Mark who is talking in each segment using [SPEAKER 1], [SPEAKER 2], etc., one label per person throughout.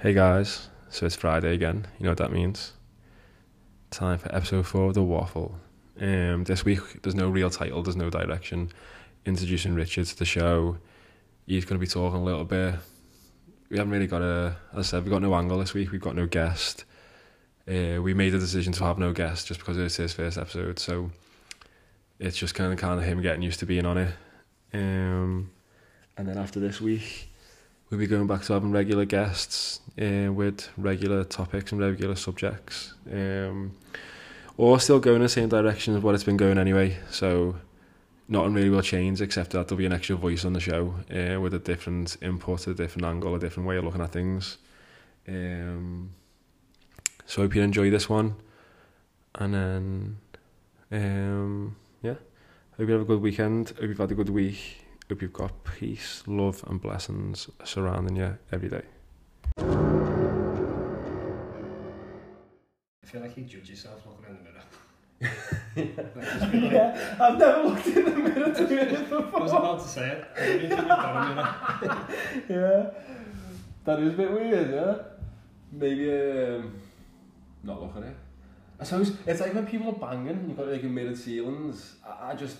[SPEAKER 1] Hey guys, so it's Friday again. You know what that means. Time for episode four of the Waffle. Um, this week there's no real title, there's no direction. Introducing Richard to the show. He's going to be talking a little bit. We haven't really got a, as I said, we've got no angle this week. We've got no guest. Uh, we made a decision to have no guest just because it's his first episode, so it's just kind of kind of him getting used to being on it. Um, and then after this week, we'll be going back to having regular guests uh, with regular topics and regular subjects. Um, or still going in the same direction as what it's been going anyway. So nothing really will change except that there'll be an extra voice on the show uh, with a different input, a different angle, a different way of looking at things. Um, so I hope you enjoy this one. And then, um, yeah, hope you have a good weekend. Hope you've had a good week. Hope you've got peace, love, and blessings surrounding you every day.
[SPEAKER 2] I feel like you judge yourself looking in the mirror.
[SPEAKER 3] Yeah, I've never looked in the mirror to be honest
[SPEAKER 2] I was
[SPEAKER 3] before.
[SPEAKER 2] about to say it. I didn't think about a mirror.
[SPEAKER 3] Yeah, that is a bit weird, yeah.
[SPEAKER 1] Maybe um, not look at it.
[SPEAKER 3] I suppose it's like when people are banging and you've got like mirrored ceilings. I, I just,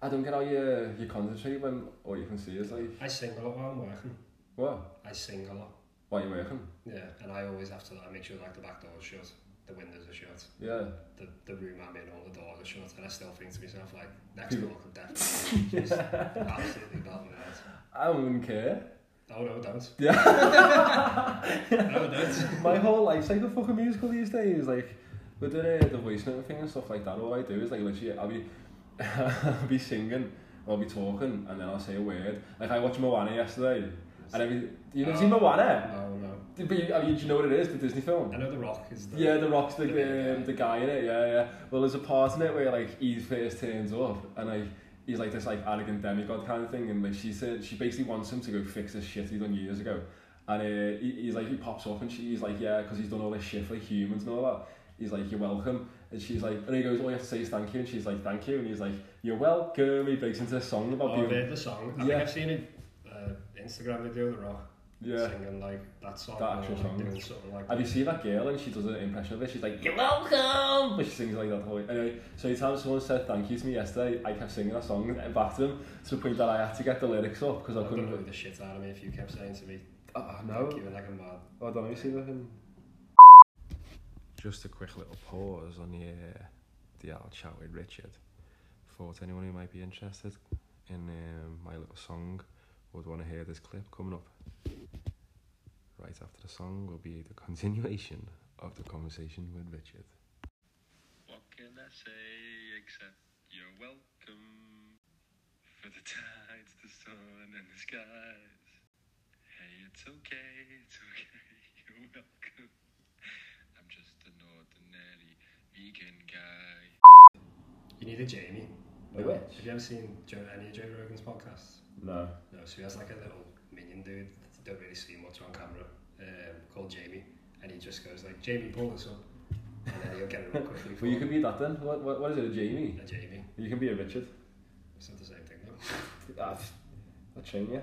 [SPEAKER 3] I don't get how you you concentrate when all you can see is like
[SPEAKER 2] I sing a lot while I'm working.
[SPEAKER 3] what?
[SPEAKER 2] I sing a lot.
[SPEAKER 3] Why are you working?
[SPEAKER 2] Yeah, and I always have to like, make sure like the back door's shut, the windows are shut,
[SPEAKER 3] Yeah.
[SPEAKER 2] the, the room I'm in, all the doors are shut, and I still think to myself like, next door could definitely just absolutely belt me out.
[SPEAKER 3] I wouldn't care.
[SPEAKER 2] Oh no, don't.
[SPEAKER 3] Yeah.
[SPEAKER 2] No, don't.
[SPEAKER 3] My whole life's like a fucking musical these days. Like, we're doing uh, the voice note thing and stuff like that. All I do is like literally, I'll be, I'll be singing, I'll be talking, and then I'll say a word. Like I watched Moana yesterday, and every you never seen Moana?
[SPEAKER 2] No, no.
[SPEAKER 3] Did- But you, I mean, do you know what it is? The Disney film.
[SPEAKER 2] I know The Rock is the...
[SPEAKER 3] Yeah, the rocks the
[SPEAKER 2] Yeah.
[SPEAKER 3] um, the guy in it. Yeah, yeah. Well, there's a part in it where like he first turns up and like he's like this like arrogant demigod kind of thing, and like she said she basically wants him to go fix this shit he done years ago, and uh, he, he's like he pops up and she's like yeah, because he's done all this shit for like, humans and all that. He's like you're welcome, and she's like and he goes all you have to say is thank you, and she's like thank you, and he's like you're welcome. He breaks into a song about
[SPEAKER 2] Oh,
[SPEAKER 3] being
[SPEAKER 2] the, the song. I
[SPEAKER 3] Yeah.
[SPEAKER 2] think I've seen an uh, Instagram video of The Rock
[SPEAKER 3] yeah.
[SPEAKER 2] singing like that song.
[SPEAKER 3] That actual
[SPEAKER 2] or,
[SPEAKER 3] song.
[SPEAKER 2] Doing something like
[SPEAKER 3] Have you seen that girl and she does an impression of it? She's like, you're welcome! But she sings like that whole Anyway, so every time someone said thank you to me yesterday, I kept singing that song back to them to the point that I had to get the lyrics up because I
[SPEAKER 2] I couldn't
[SPEAKER 3] couldn't...
[SPEAKER 2] believe the shit out of me if you kept saying to me,
[SPEAKER 3] Oh,
[SPEAKER 2] thank you, like a mad.
[SPEAKER 3] Oh, don't you see nothing?
[SPEAKER 1] Just a quick little pause on the uh, the owl chat with Richard. Thought anyone who might be interested in um, my little song would want to hear this clip coming up. Right after the song will be the continuation of the conversation with Richard.
[SPEAKER 4] What can I say except you're welcome for the tides, the sun, and the skies? Hey, it's okay, it's okay, you're welcome. I'm just an ordinary vegan guy.
[SPEAKER 2] You need a Jamie.
[SPEAKER 3] A
[SPEAKER 2] Have
[SPEAKER 3] witch?
[SPEAKER 2] you ever seen Joe, any of Joe Rogan's podcasts?
[SPEAKER 3] No.
[SPEAKER 2] No, so he has like a little minion dude that you don't really see much on camera um, called Jamie. And he just goes like, Jamie, pull this up. And then he'll get it up quickly for
[SPEAKER 3] Well, you could be that then. What, what, what is it, a Jamie?
[SPEAKER 2] a Jamie.
[SPEAKER 3] You can be a Richard.
[SPEAKER 2] It's not the same thing though.
[SPEAKER 3] Ah, pff, I'll train you.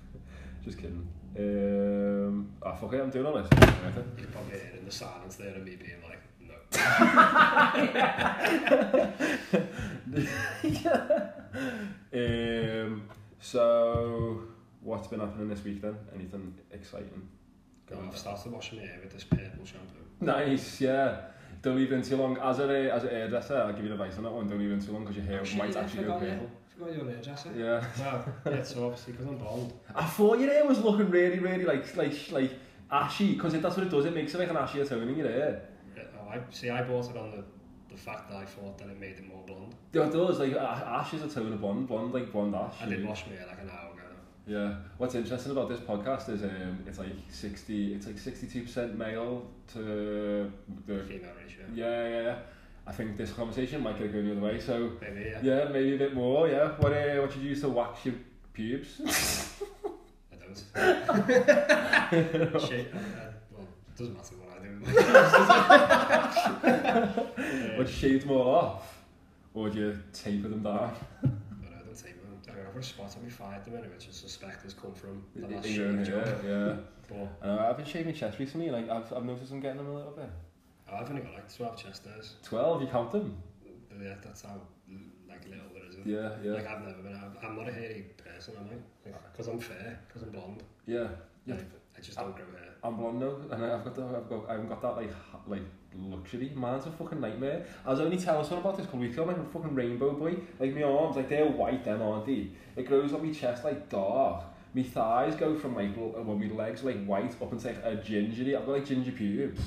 [SPEAKER 3] Just kidding. Um, ah, fuck it, I'm doing all this.
[SPEAKER 2] You could probably hear in the silence there and me being like, no.
[SPEAKER 3] um, so, what's been happening this week then? Anything exciting?
[SPEAKER 2] Go, I've started washing my hair with this purple shampoo.
[SPEAKER 3] Nice, yeah. Don't leave in too long. As a, as a hairdresser, I'll give you advice on that one. Don't leave in too long because your hair might actually go purple.
[SPEAKER 2] Forgot your hairdresser.
[SPEAKER 3] Yeah.
[SPEAKER 2] Wow. Yeah, so obviously because I'm bald.
[SPEAKER 3] I thought your hair was looking really, really like like like ashy because that's what it does. It makes it like an ashy tone in your hair.
[SPEAKER 2] Yeah, oh, I see. I bought it on the the fact that I thought that it made it more blonde.
[SPEAKER 3] Yeah, it does. Like a- ash is a tone of blonde, blonde like blonde ash.
[SPEAKER 2] I did wash my hair like an hour ago.
[SPEAKER 3] Yeah. What's interesting about this podcast is um, it's like sixty, it's like sixty-two percent male to
[SPEAKER 2] now,
[SPEAKER 3] the
[SPEAKER 2] Female ratio.
[SPEAKER 3] Yeah, yeah, yeah. I think this conversation might go the other way. So
[SPEAKER 2] Maybe yeah.
[SPEAKER 3] yeah, maybe a bit more. Yeah. What uh, what did you use to wax your pubes?
[SPEAKER 2] I don't. Shit. I, I, well, it doesn't matter what I do. with my hair.
[SPEAKER 3] What you shaved more off, or do you taper them down?
[SPEAKER 2] but I don't take them. I don't I've got a spot on my thigh at the minute, which I suspect has come from the
[SPEAKER 3] Yeah,
[SPEAKER 2] last shave job.
[SPEAKER 3] yeah, yeah.
[SPEAKER 2] But
[SPEAKER 3] Uh, I've been shaving chest recently, like I've, I've noticed I'm getting them a little bit.
[SPEAKER 2] I've only got like 12 chest hairs.
[SPEAKER 3] Twelve, you count them?
[SPEAKER 2] But yeah, that's how like little there is. of it.
[SPEAKER 3] Yeah, yeah,
[SPEAKER 2] Like I've never been. I'm- I'm not a hairy person, am I? Because I'm fair. Because I'm blonde.
[SPEAKER 3] yeah. Yeah.
[SPEAKER 2] Like, I just don't grow hair.
[SPEAKER 3] I'm blonde now, and I've got the, I've got I haven't got that like ha- like luxury. Man's a fucking nightmare. I was only telling someone about this a couple weeks ago. I'm like a fucking rainbow boy. Like my arms, like they're white, then aren't they? It grows on my chest like dark. My thighs go from like l- well, my legs like white up into like a gingery. I've got like ginger pubes,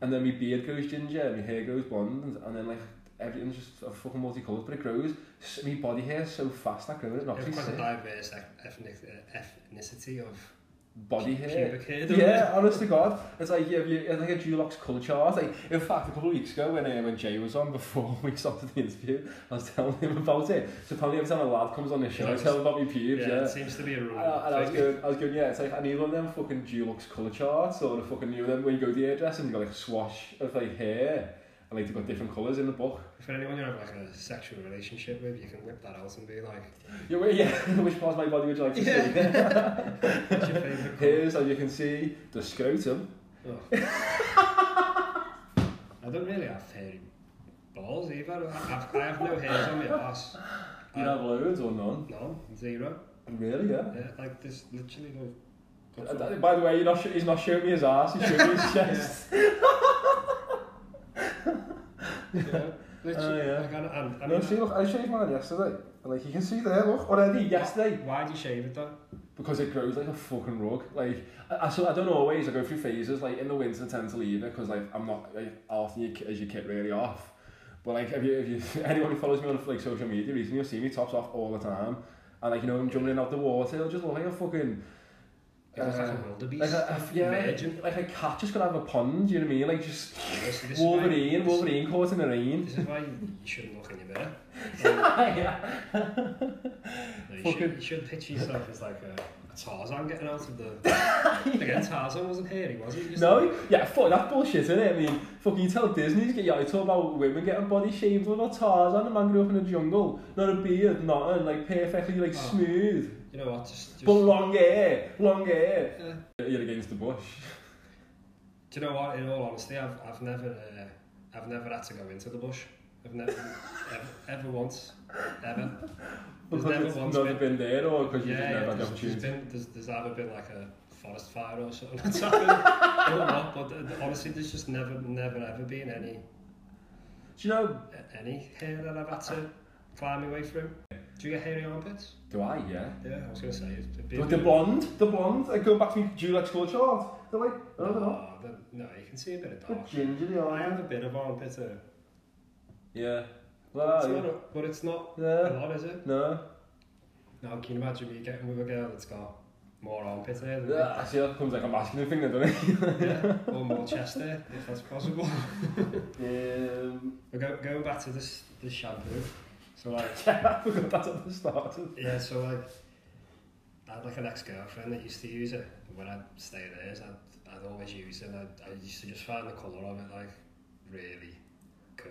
[SPEAKER 3] and then my beard goes ginger, my hair goes blonde, and then like everything's just a fucking multicolored, but it grows. S- My body hair is so fast that growing it
[SPEAKER 2] You
[SPEAKER 3] knocks
[SPEAKER 2] have
[SPEAKER 3] me
[SPEAKER 2] quite a
[SPEAKER 3] sick.
[SPEAKER 2] diverse ec- ethnic, uh, ethnicity of
[SPEAKER 3] body hair.
[SPEAKER 2] pubic hair. don't
[SPEAKER 3] Yeah, honest to God, it's like yeah, you, it's like a Dulux culture. I was like, in fact, a couple of weeks ago when uh, when Jay was on before we started the interview, I was telling him about it. So apparently every time a lad comes on the show, I
[SPEAKER 2] Yeah,
[SPEAKER 3] tell him about my
[SPEAKER 2] you?
[SPEAKER 3] pubes.
[SPEAKER 2] Yeah,
[SPEAKER 3] Yeah.
[SPEAKER 2] it seems to be a rule.
[SPEAKER 3] And I, and I was
[SPEAKER 2] thing.
[SPEAKER 3] going, I was going, yeah, it's like I need one of them fucking Dulux colour charts or the fucking you know them when you go to the hairdresser and you got like a swash of like hair and like they've got different colours in the book.
[SPEAKER 2] If anyone you have like a sexual relationship with, you can whip that out and be like,
[SPEAKER 3] Yeah, wait, yeah, which part of my body would you like to
[SPEAKER 2] "What's your
[SPEAKER 3] see?
[SPEAKER 2] favourite colour?"
[SPEAKER 3] Here's, as you can see, the scrotum.
[SPEAKER 2] Oh. I don't really have hairy balls either. I have, I have no hairs on my ass.
[SPEAKER 3] You
[SPEAKER 2] I-
[SPEAKER 3] have loads or none?
[SPEAKER 2] No, zero.
[SPEAKER 3] Really, yeah.
[SPEAKER 2] Yeah, like there's literally no.
[SPEAKER 3] Uh, that- By the way, you're not sh- he's not showing me his ass, he's showing me his chest.
[SPEAKER 2] Yeah, literally.
[SPEAKER 3] Oh, yeah.
[SPEAKER 2] Like, I, I, I
[SPEAKER 3] I mean, see,
[SPEAKER 2] mean,
[SPEAKER 3] look, I shaved mine yesterday. And, like, you can see there, look, already, yesterday.
[SPEAKER 2] why do you shave it though?
[SPEAKER 3] Because it grows like a fucking rug. Like, I, I, so I don't always, I go through phases. Like, in the winter, I tend to leave it because, like, I'm not, like, often you, ki- as you kit really off. But, like, if you, if you, anyone who follows me on, like, social media recently, you'll see me tops off all the time. And, like, you know, I'm jumping in out the water, it'll just look like a fucking...
[SPEAKER 2] It looks like
[SPEAKER 3] uh,
[SPEAKER 2] a wildebeest.
[SPEAKER 3] like a, a, yeah,
[SPEAKER 2] Imagine.
[SPEAKER 3] like a cat just gonna have a pond, you know what I mean? Like just
[SPEAKER 2] Honestly, this is why-
[SPEAKER 3] Wolverine, Wolverine caught in the rain.
[SPEAKER 2] This is why you shouldn't look in your mirror.
[SPEAKER 3] yeah.
[SPEAKER 2] No, you,
[SPEAKER 3] Fucking-
[SPEAKER 2] should, you should picture yourself as like a, a Tarzan getting out of the. Again, Tarzan wasn't hairy, was he? He just-
[SPEAKER 3] No, yeah, fuck that bullshit, innit? I mean, fucking you tell Disney, get yeah, you talk about women getting body shamed, what about Tarzan, a man grew up in the jungle, not a beard, nothing, like perfectly like
[SPEAKER 2] Oh.
[SPEAKER 3] smooth,
[SPEAKER 2] You know what? Just, just
[SPEAKER 3] but long hair, long hair.
[SPEAKER 2] Yeah.
[SPEAKER 3] You're against the bush.
[SPEAKER 2] Do you know what? In all honesty, I've I've never uh, I've never had to go into the bush. I've never ever, ever once ever.
[SPEAKER 3] Because
[SPEAKER 2] never
[SPEAKER 3] it's
[SPEAKER 2] once
[SPEAKER 3] never been
[SPEAKER 2] been-
[SPEAKER 3] there or because you've
[SPEAKER 2] yeah,
[SPEAKER 3] just
[SPEAKER 2] yeah
[SPEAKER 3] never had the
[SPEAKER 2] there's, there's
[SPEAKER 3] opportunity.
[SPEAKER 2] been there's, there's either been like a forest fire or something that's happened. I don't know, but uh, th- honestly, there's just never never ever been any
[SPEAKER 3] Do you know,
[SPEAKER 2] any hair that I've had to climb my way through. Do you get hairy armpits?
[SPEAKER 3] do I, yeah?
[SPEAKER 2] Yeah, I was gonna say it's a bit.
[SPEAKER 3] But the blonde, the blonde, I go back to my Julex culture chart, they're like, I don't know,
[SPEAKER 2] no, the- Ah, no, you can see a bit of
[SPEAKER 3] but
[SPEAKER 2] dark.
[SPEAKER 3] ginger they
[SPEAKER 2] Oh. I
[SPEAKER 3] are.
[SPEAKER 2] have a bit of armpit, hair.
[SPEAKER 3] Yeah. Well,
[SPEAKER 2] It's not a- but it's not a
[SPEAKER 3] yeah.
[SPEAKER 2] lot, is it?
[SPEAKER 3] No.
[SPEAKER 2] Now, can you imagine me getting with a girl that's got more armpit hair than me?
[SPEAKER 3] Yeah, I see that becomes like a masculine thing, then, doesn't
[SPEAKER 2] yeah, or more chest hair, if that's possible.
[SPEAKER 3] it? Um,
[SPEAKER 2] But go, going back to this, this shampoo, so like,
[SPEAKER 3] yeah, I forgot that at the start.
[SPEAKER 2] yeah, so like, I had like an ex-girlfriend that used to use it, and when I'd stay at hers, I'd, I'd always use it, and I'd, I used to just find the colour of it, like, really cool.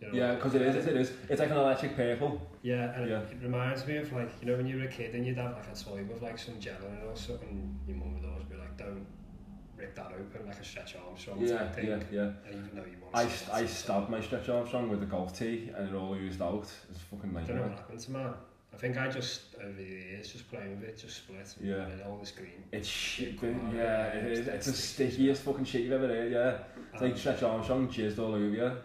[SPEAKER 2] You know?
[SPEAKER 3] Yeah, because it is, it is. It's like an electric purple.
[SPEAKER 2] Yeah, and
[SPEAKER 3] Yeah.
[SPEAKER 2] It, it reminds me of like, you know, when you were a kid and you'd have like a toy with like some gel in it or something, your mum would always be like, don't rip that open, like a stretch Armstrong
[SPEAKER 3] Yeah,
[SPEAKER 2] type thing.
[SPEAKER 3] yeah, yeah.
[SPEAKER 2] And even though you want
[SPEAKER 3] I,
[SPEAKER 2] to say
[SPEAKER 3] I
[SPEAKER 2] that's-
[SPEAKER 3] stabbed my stretch Armstrong with a golf tee and it all oozed out. It's fucking
[SPEAKER 2] I don't know what
[SPEAKER 3] nightmare.
[SPEAKER 2] happened to mine. I think I just, over the years, just playing with it, just split.
[SPEAKER 3] Yeah.
[SPEAKER 2] And all this green.
[SPEAKER 3] It's shit. Yeah, it is. It's the stickiest fucking shit you've ever heard, yeah. It's like
[SPEAKER 2] Um,
[SPEAKER 3] stretch Armstrong jizzed all over you.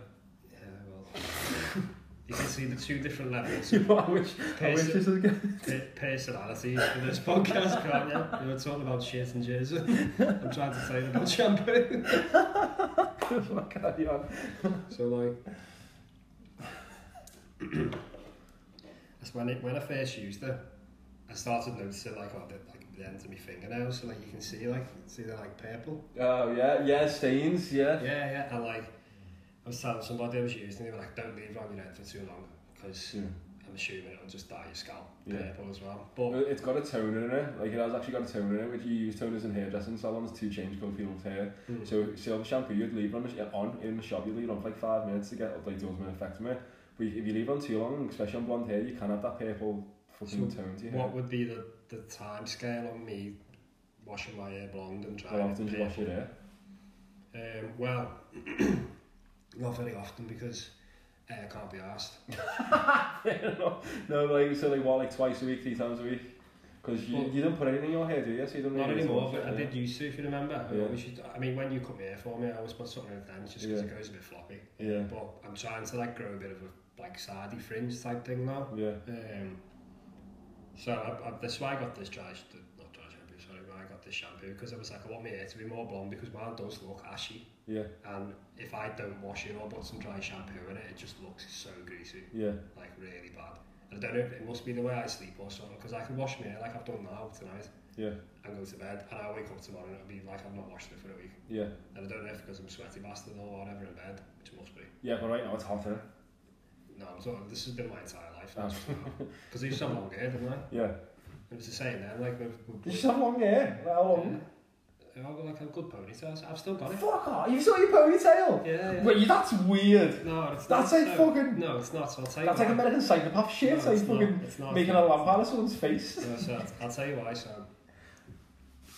[SPEAKER 2] Yeah, well. you can see the two different levels
[SPEAKER 3] You know, I wish, I wish this was good.
[SPEAKER 2] of per- personalities for this podcast, can't you? You were talking about shit and jizz. I'm trying to say about shampoo.
[SPEAKER 3] Carry on.
[SPEAKER 2] So like, that's when it, when I first used it, I started noticing like oh the, like the ends of my fingernails, so like you can see like see they're like purple.
[SPEAKER 3] Oh, yeah, yeah, stains, yeah.
[SPEAKER 2] Yeah, yeah. And like I was telling somebody I was using, they were like, don't leave it on your head for too long because
[SPEAKER 3] yeah.
[SPEAKER 2] I'm assuming it'll just dye your scalp
[SPEAKER 3] Yeah.
[SPEAKER 2] purple as well. But
[SPEAKER 3] Well, It's got a toner in it. Like it has actually got a toner in it, which you use toners in hairdressing salons to change colour people's hair.
[SPEAKER 2] mm,
[SPEAKER 3] So silver shampoo you'd leave on the- on in the shop, you'd leave on for like five minutes to get like the ultimate effect from it. But if you leave on too long, especially on blonde hair, you can have that purple fucking tone to you.
[SPEAKER 2] What would be the, the time scale on me washing my hair blonde and
[SPEAKER 3] How
[SPEAKER 2] trying
[SPEAKER 3] often do
[SPEAKER 2] to
[SPEAKER 3] you wash your hair?
[SPEAKER 2] Um, well, not very often because hair can't be asked.
[SPEAKER 3] no, like so like what, like twice a week, three times a week? Because you,
[SPEAKER 2] Well-
[SPEAKER 3] you don't put anything in your hair, do you? So you don't
[SPEAKER 2] Not
[SPEAKER 3] really
[SPEAKER 2] anymore,
[SPEAKER 3] wash
[SPEAKER 2] but
[SPEAKER 3] it,
[SPEAKER 2] I
[SPEAKER 3] yeah.
[SPEAKER 2] did used to, if you remember.
[SPEAKER 3] Yeah.
[SPEAKER 2] Yeah. We should, I mean, when you cut my hair for me, I always put something in it just because
[SPEAKER 3] Yeah.
[SPEAKER 2] it goes a bit floppy.
[SPEAKER 3] Yeah.
[SPEAKER 2] But I'm trying to like grow a bit of a like sardy fringe type thing now.
[SPEAKER 3] Yeah.
[SPEAKER 2] Um, so I, I, that's why I got this dry, sh- not dry shampoo, sorry, why I got this shampoo because I was like, I want my hair to be more blonde because mine does look ashy.
[SPEAKER 3] Yeah.
[SPEAKER 2] And if I don't wash it or put some dry shampoo in it, it just looks so greasy,
[SPEAKER 3] Yeah.
[SPEAKER 2] like really bad. And I don't know, it must be the way I sleep or something because I can wash my hair like I've done now tonight
[SPEAKER 3] Yeah.
[SPEAKER 2] and go to bed and I wake up tomorrow and it'll be like I've not washed it for a week.
[SPEAKER 3] Yeah.
[SPEAKER 2] And I don't know if because I'm a sweaty bastard or whatever in bed, which must be.
[SPEAKER 3] Yeah, but right now it's hot, eh?
[SPEAKER 2] No, I'm sorry, this has been my entire life.
[SPEAKER 3] Oh.
[SPEAKER 2] Because I used to have long hair, didn't I?
[SPEAKER 3] Yeah.
[SPEAKER 2] It was the same then, like, with,
[SPEAKER 3] Did you
[SPEAKER 2] with,
[SPEAKER 3] just have long hair? Like, how long?
[SPEAKER 2] I've got like a good ponytail, so I've still got it.
[SPEAKER 3] Fuck off! You've still got your ponytail!
[SPEAKER 2] Yeah, yeah.
[SPEAKER 3] Wait, that's weird!
[SPEAKER 2] No, it's
[SPEAKER 3] That's
[SPEAKER 2] not.
[SPEAKER 3] like
[SPEAKER 2] no,
[SPEAKER 3] fucking-
[SPEAKER 2] No, it's not, so I'll tell you
[SPEAKER 3] That's
[SPEAKER 2] why.
[SPEAKER 3] like American psychopath shit,
[SPEAKER 2] No,
[SPEAKER 3] like
[SPEAKER 2] it's not,
[SPEAKER 3] fucking
[SPEAKER 2] it's not.
[SPEAKER 3] making a lamp out of someone's face.
[SPEAKER 2] No, so I'll- I'll tell you why, so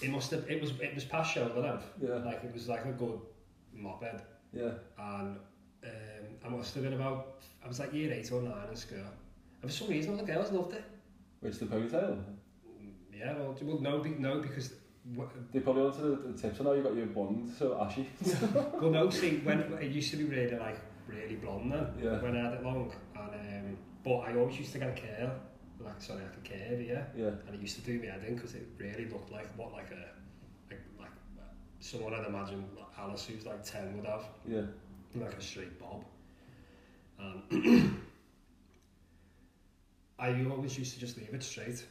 [SPEAKER 2] it must have, it was, it was past shoulder length.
[SPEAKER 3] Yeah.
[SPEAKER 2] Like, it was like a good mop head.
[SPEAKER 3] Yeah.
[SPEAKER 2] and um, I must have been about, I was like year eight or nine in school. And for some reason, all the girls loved it.
[SPEAKER 3] Which the ponytail?
[SPEAKER 2] Mm, Yeah, well, well no, be- no, because, w-
[SPEAKER 3] They probably wanted the, the tips on how you got your wand so ashy.
[SPEAKER 2] well, no, see, when it used to be really, like, really blonde then,
[SPEAKER 3] Yeah.
[SPEAKER 2] when I had it long. And, um, but I always used to get a curl, like, sorry, like a curve, yeah.
[SPEAKER 3] yeah.
[SPEAKER 2] And it used to do me head in because it really looked like what, like a, like, like someone I'd imagine like Alice, who's like 10, would have.
[SPEAKER 3] Yeah.
[SPEAKER 2] like a straight bob. Um, I always used to just leave it straight.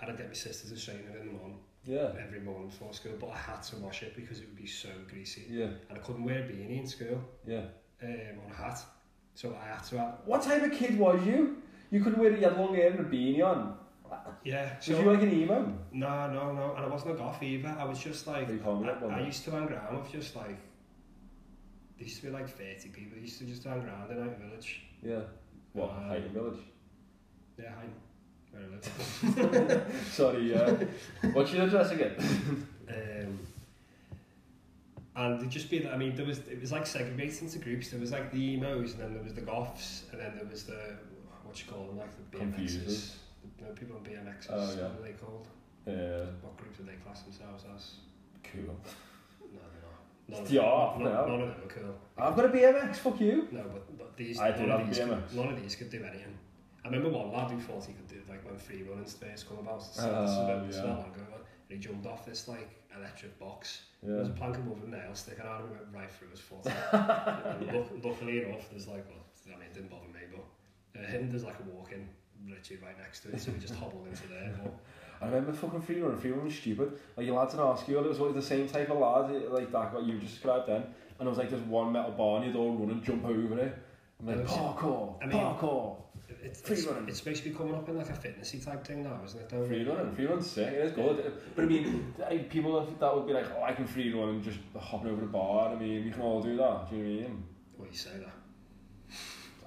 [SPEAKER 2] and I'd get my sister to straighten it in the morning,
[SPEAKER 3] Yeah.
[SPEAKER 2] every morning before school, but I had to wash it because it would be so greasy.
[SPEAKER 3] Yeah.
[SPEAKER 2] And I couldn't wear a beanie in school
[SPEAKER 3] Yeah.
[SPEAKER 2] um, or a hat, so I had to have,
[SPEAKER 3] What type of kid was you? You couldn't wear you had long hair and a beanie on.
[SPEAKER 2] yeah.
[SPEAKER 3] Was you
[SPEAKER 2] So,
[SPEAKER 3] like an emo?
[SPEAKER 2] no, no, no, and I wasn't a goth either. I was just like,
[SPEAKER 3] You can't get one.
[SPEAKER 2] I, I used to hang around with just like, there used to be like 30 people, they used to just hang around in our village.
[SPEAKER 3] Yeah. What?
[SPEAKER 2] Um,
[SPEAKER 3] Highton Village.
[SPEAKER 2] Yeah, I where I live.
[SPEAKER 3] Sorry, yeah. What's your address again?
[SPEAKER 2] Um, and it just be, I mean, there was it was like segregated into groups. There was like the emos, and then there was the goths, and then there was the what you call them, like the BMXs.
[SPEAKER 3] Confusers.
[SPEAKER 2] The, the people on BMXs.
[SPEAKER 3] Oh, yeah.
[SPEAKER 2] What are they called?
[SPEAKER 3] Yeah.
[SPEAKER 2] What group do they class themselves as?
[SPEAKER 3] Cool.
[SPEAKER 2] No, they're not. None
[SPEAKER 3] It's
[SPEAKER 2] of them-
[SPEAKER 3] the
[SPEAKER 2] none-
[SPEAKER 3] art now.
[SPEAKER 2] None of them are cool.
[SPEAKER 3] I've got a BMX, fuck you.
[SPEAKER 2] No, but but these.
[SPEAKER 3] I
[SPEAKER 2] none
[SPEAKER 3] do
[SPEAKER 2] of
[SPEAKER 3] have
[SPEAKER 2] these
[SPEAKER 3] BMX.
[SPEAKER 2] Could, none of these could do anything. I remember one lad who thought he could do like when free running's first come about. So this is
[SPEAKER 3] Oh,
[SPEAKER 2] about this is
[SPEAKER 3] yeah.
[SPEAKER 2] not long ago, but he jumped off this like electric box.
[SPEAKER 3] Yeah.
[SPEAKER 2] There's a plank above a nail sticking out and it went right through his foot. And luck, luckily enough, there's like, well, I mean, it didn't bother me, but uh, him, there's like a walk-in literally right next to it, so we just hobbled into there. But,
[SPEAKER 3] I remember fucking free run, free run was stupid. Like your lads in our school, it was always the same type of lad, eh, like that what you just described then. And it was like this one metal bar and you'd all run and jump over it. And like,
[SPEAKER 2] I was-
[SPEAKER 3] parkour,
[SPEAKER 2] I mean-
[SPEAKER 3] parkour.
[SPEAKER 2] it- it's,
[SPEAKER 3] Free
[SPEAKER 2] it's,
[SPEAKER 3] running.
[SPEAKER 2] it's supposed to be coming up in like a fitnessy type thing now, isn't it? Don't
[SPEAKER 3] Free running, free run's sick, it is good. But I mean, I- people that- that would be like, oh, I can free run and just hopping over the bar. I mean, we can all do that, do you know what I mean?
[SPEAKER 2] Well, you say that.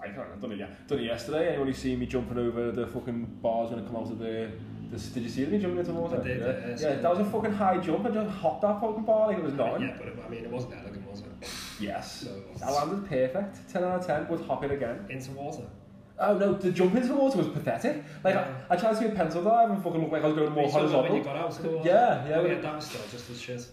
[SPEAKER 3] I can't, I've done it, yeah. done it yesterday. Anyone who's seen me jumping over the fucking bars when I come out of the, the did you see me jumping into the water?
[SPEAKER 2] I did,
[SPEAKER 3] yeah.
[SPEAKER 2] yes,
[SPEAKER 3] yeah,
[SPEAKER 2] yeah.
[SPEAKER 3] that was a fucking high jump. I just hopped that fucking bar like it was nothing.
[SPEAKER 2] Yeah, but it, I mean, it wasn't elegant, was it?
[SPEAKER 3] Yes.
[SPEAKER 2] So,
[SPEAKER 3] I landed perfect. 10 out of 10. Would hop it again.
[SPEAKER 2] into water.
[SPEAKER 3] Oh no, the jump into the water was pathetic. Like,
[SPEAKER 2] Yeah.
[SPEAKER 3] I, I tried to do a pencil dive and fucking looked like I was going more
[SPEAKER 2] You saw that when
[SPEAKER 3] horizontal.
[SPEAKER 2] you got out of the water.
[SPEAKER 3] Yeah, yeah,
[SPEAKER 2] Oh,
[SPEAKER 3] but-
[SPEAKER 2] yeah, that was still just as shit.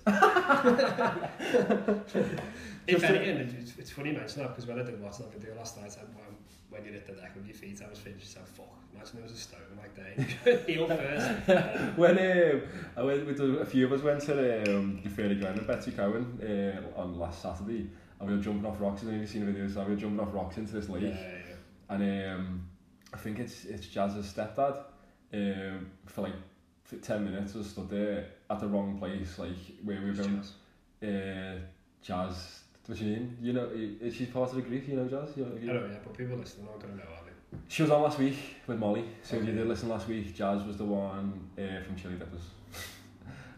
[SPEAKER 2] if
[SPEAKER 3] Just a-
[SPEAKER 2] anything, it's, it's funny you mention that because when I did watch that video last night, I, when, when you hit the deck with your feet, I was thinking to myself, fuck, imagine there was a stone like that. Heel first. Yeah.
[SPEAKER 3] When um, I went with a, a few of us went to um, the Fairly Ground and Betsy Cowan uh, on last Saturday, and we were jumping off rocks. I don't know if you've seen the video, so we were jumping off rocks into this lake.
[SPEAKER 2] yeah, yeah.
[SPEAKER 3] and um, I think it's it's Jazz's stepdad. Um, for like for ten minutes, I stood there at the wrong place, like where we were
[SPEAKER 2] It's
[SPEAKER 3] going.
[SPEAKER 2] just-
[SPEAKER 3] Uh, Jazz, what do you mean? You know, i- she's part of the group. You know, Jazz. You know,
[SPEAKER 2] I don't know, yeah, but people listening aren't going to know, are they?
[SPEAKER 3] She was on last week with Molly. So if you
[SPEAKER 2] Okay.
[SPEAKER 3] did listen last week, Jazz was the one uh, from Chili Peppers.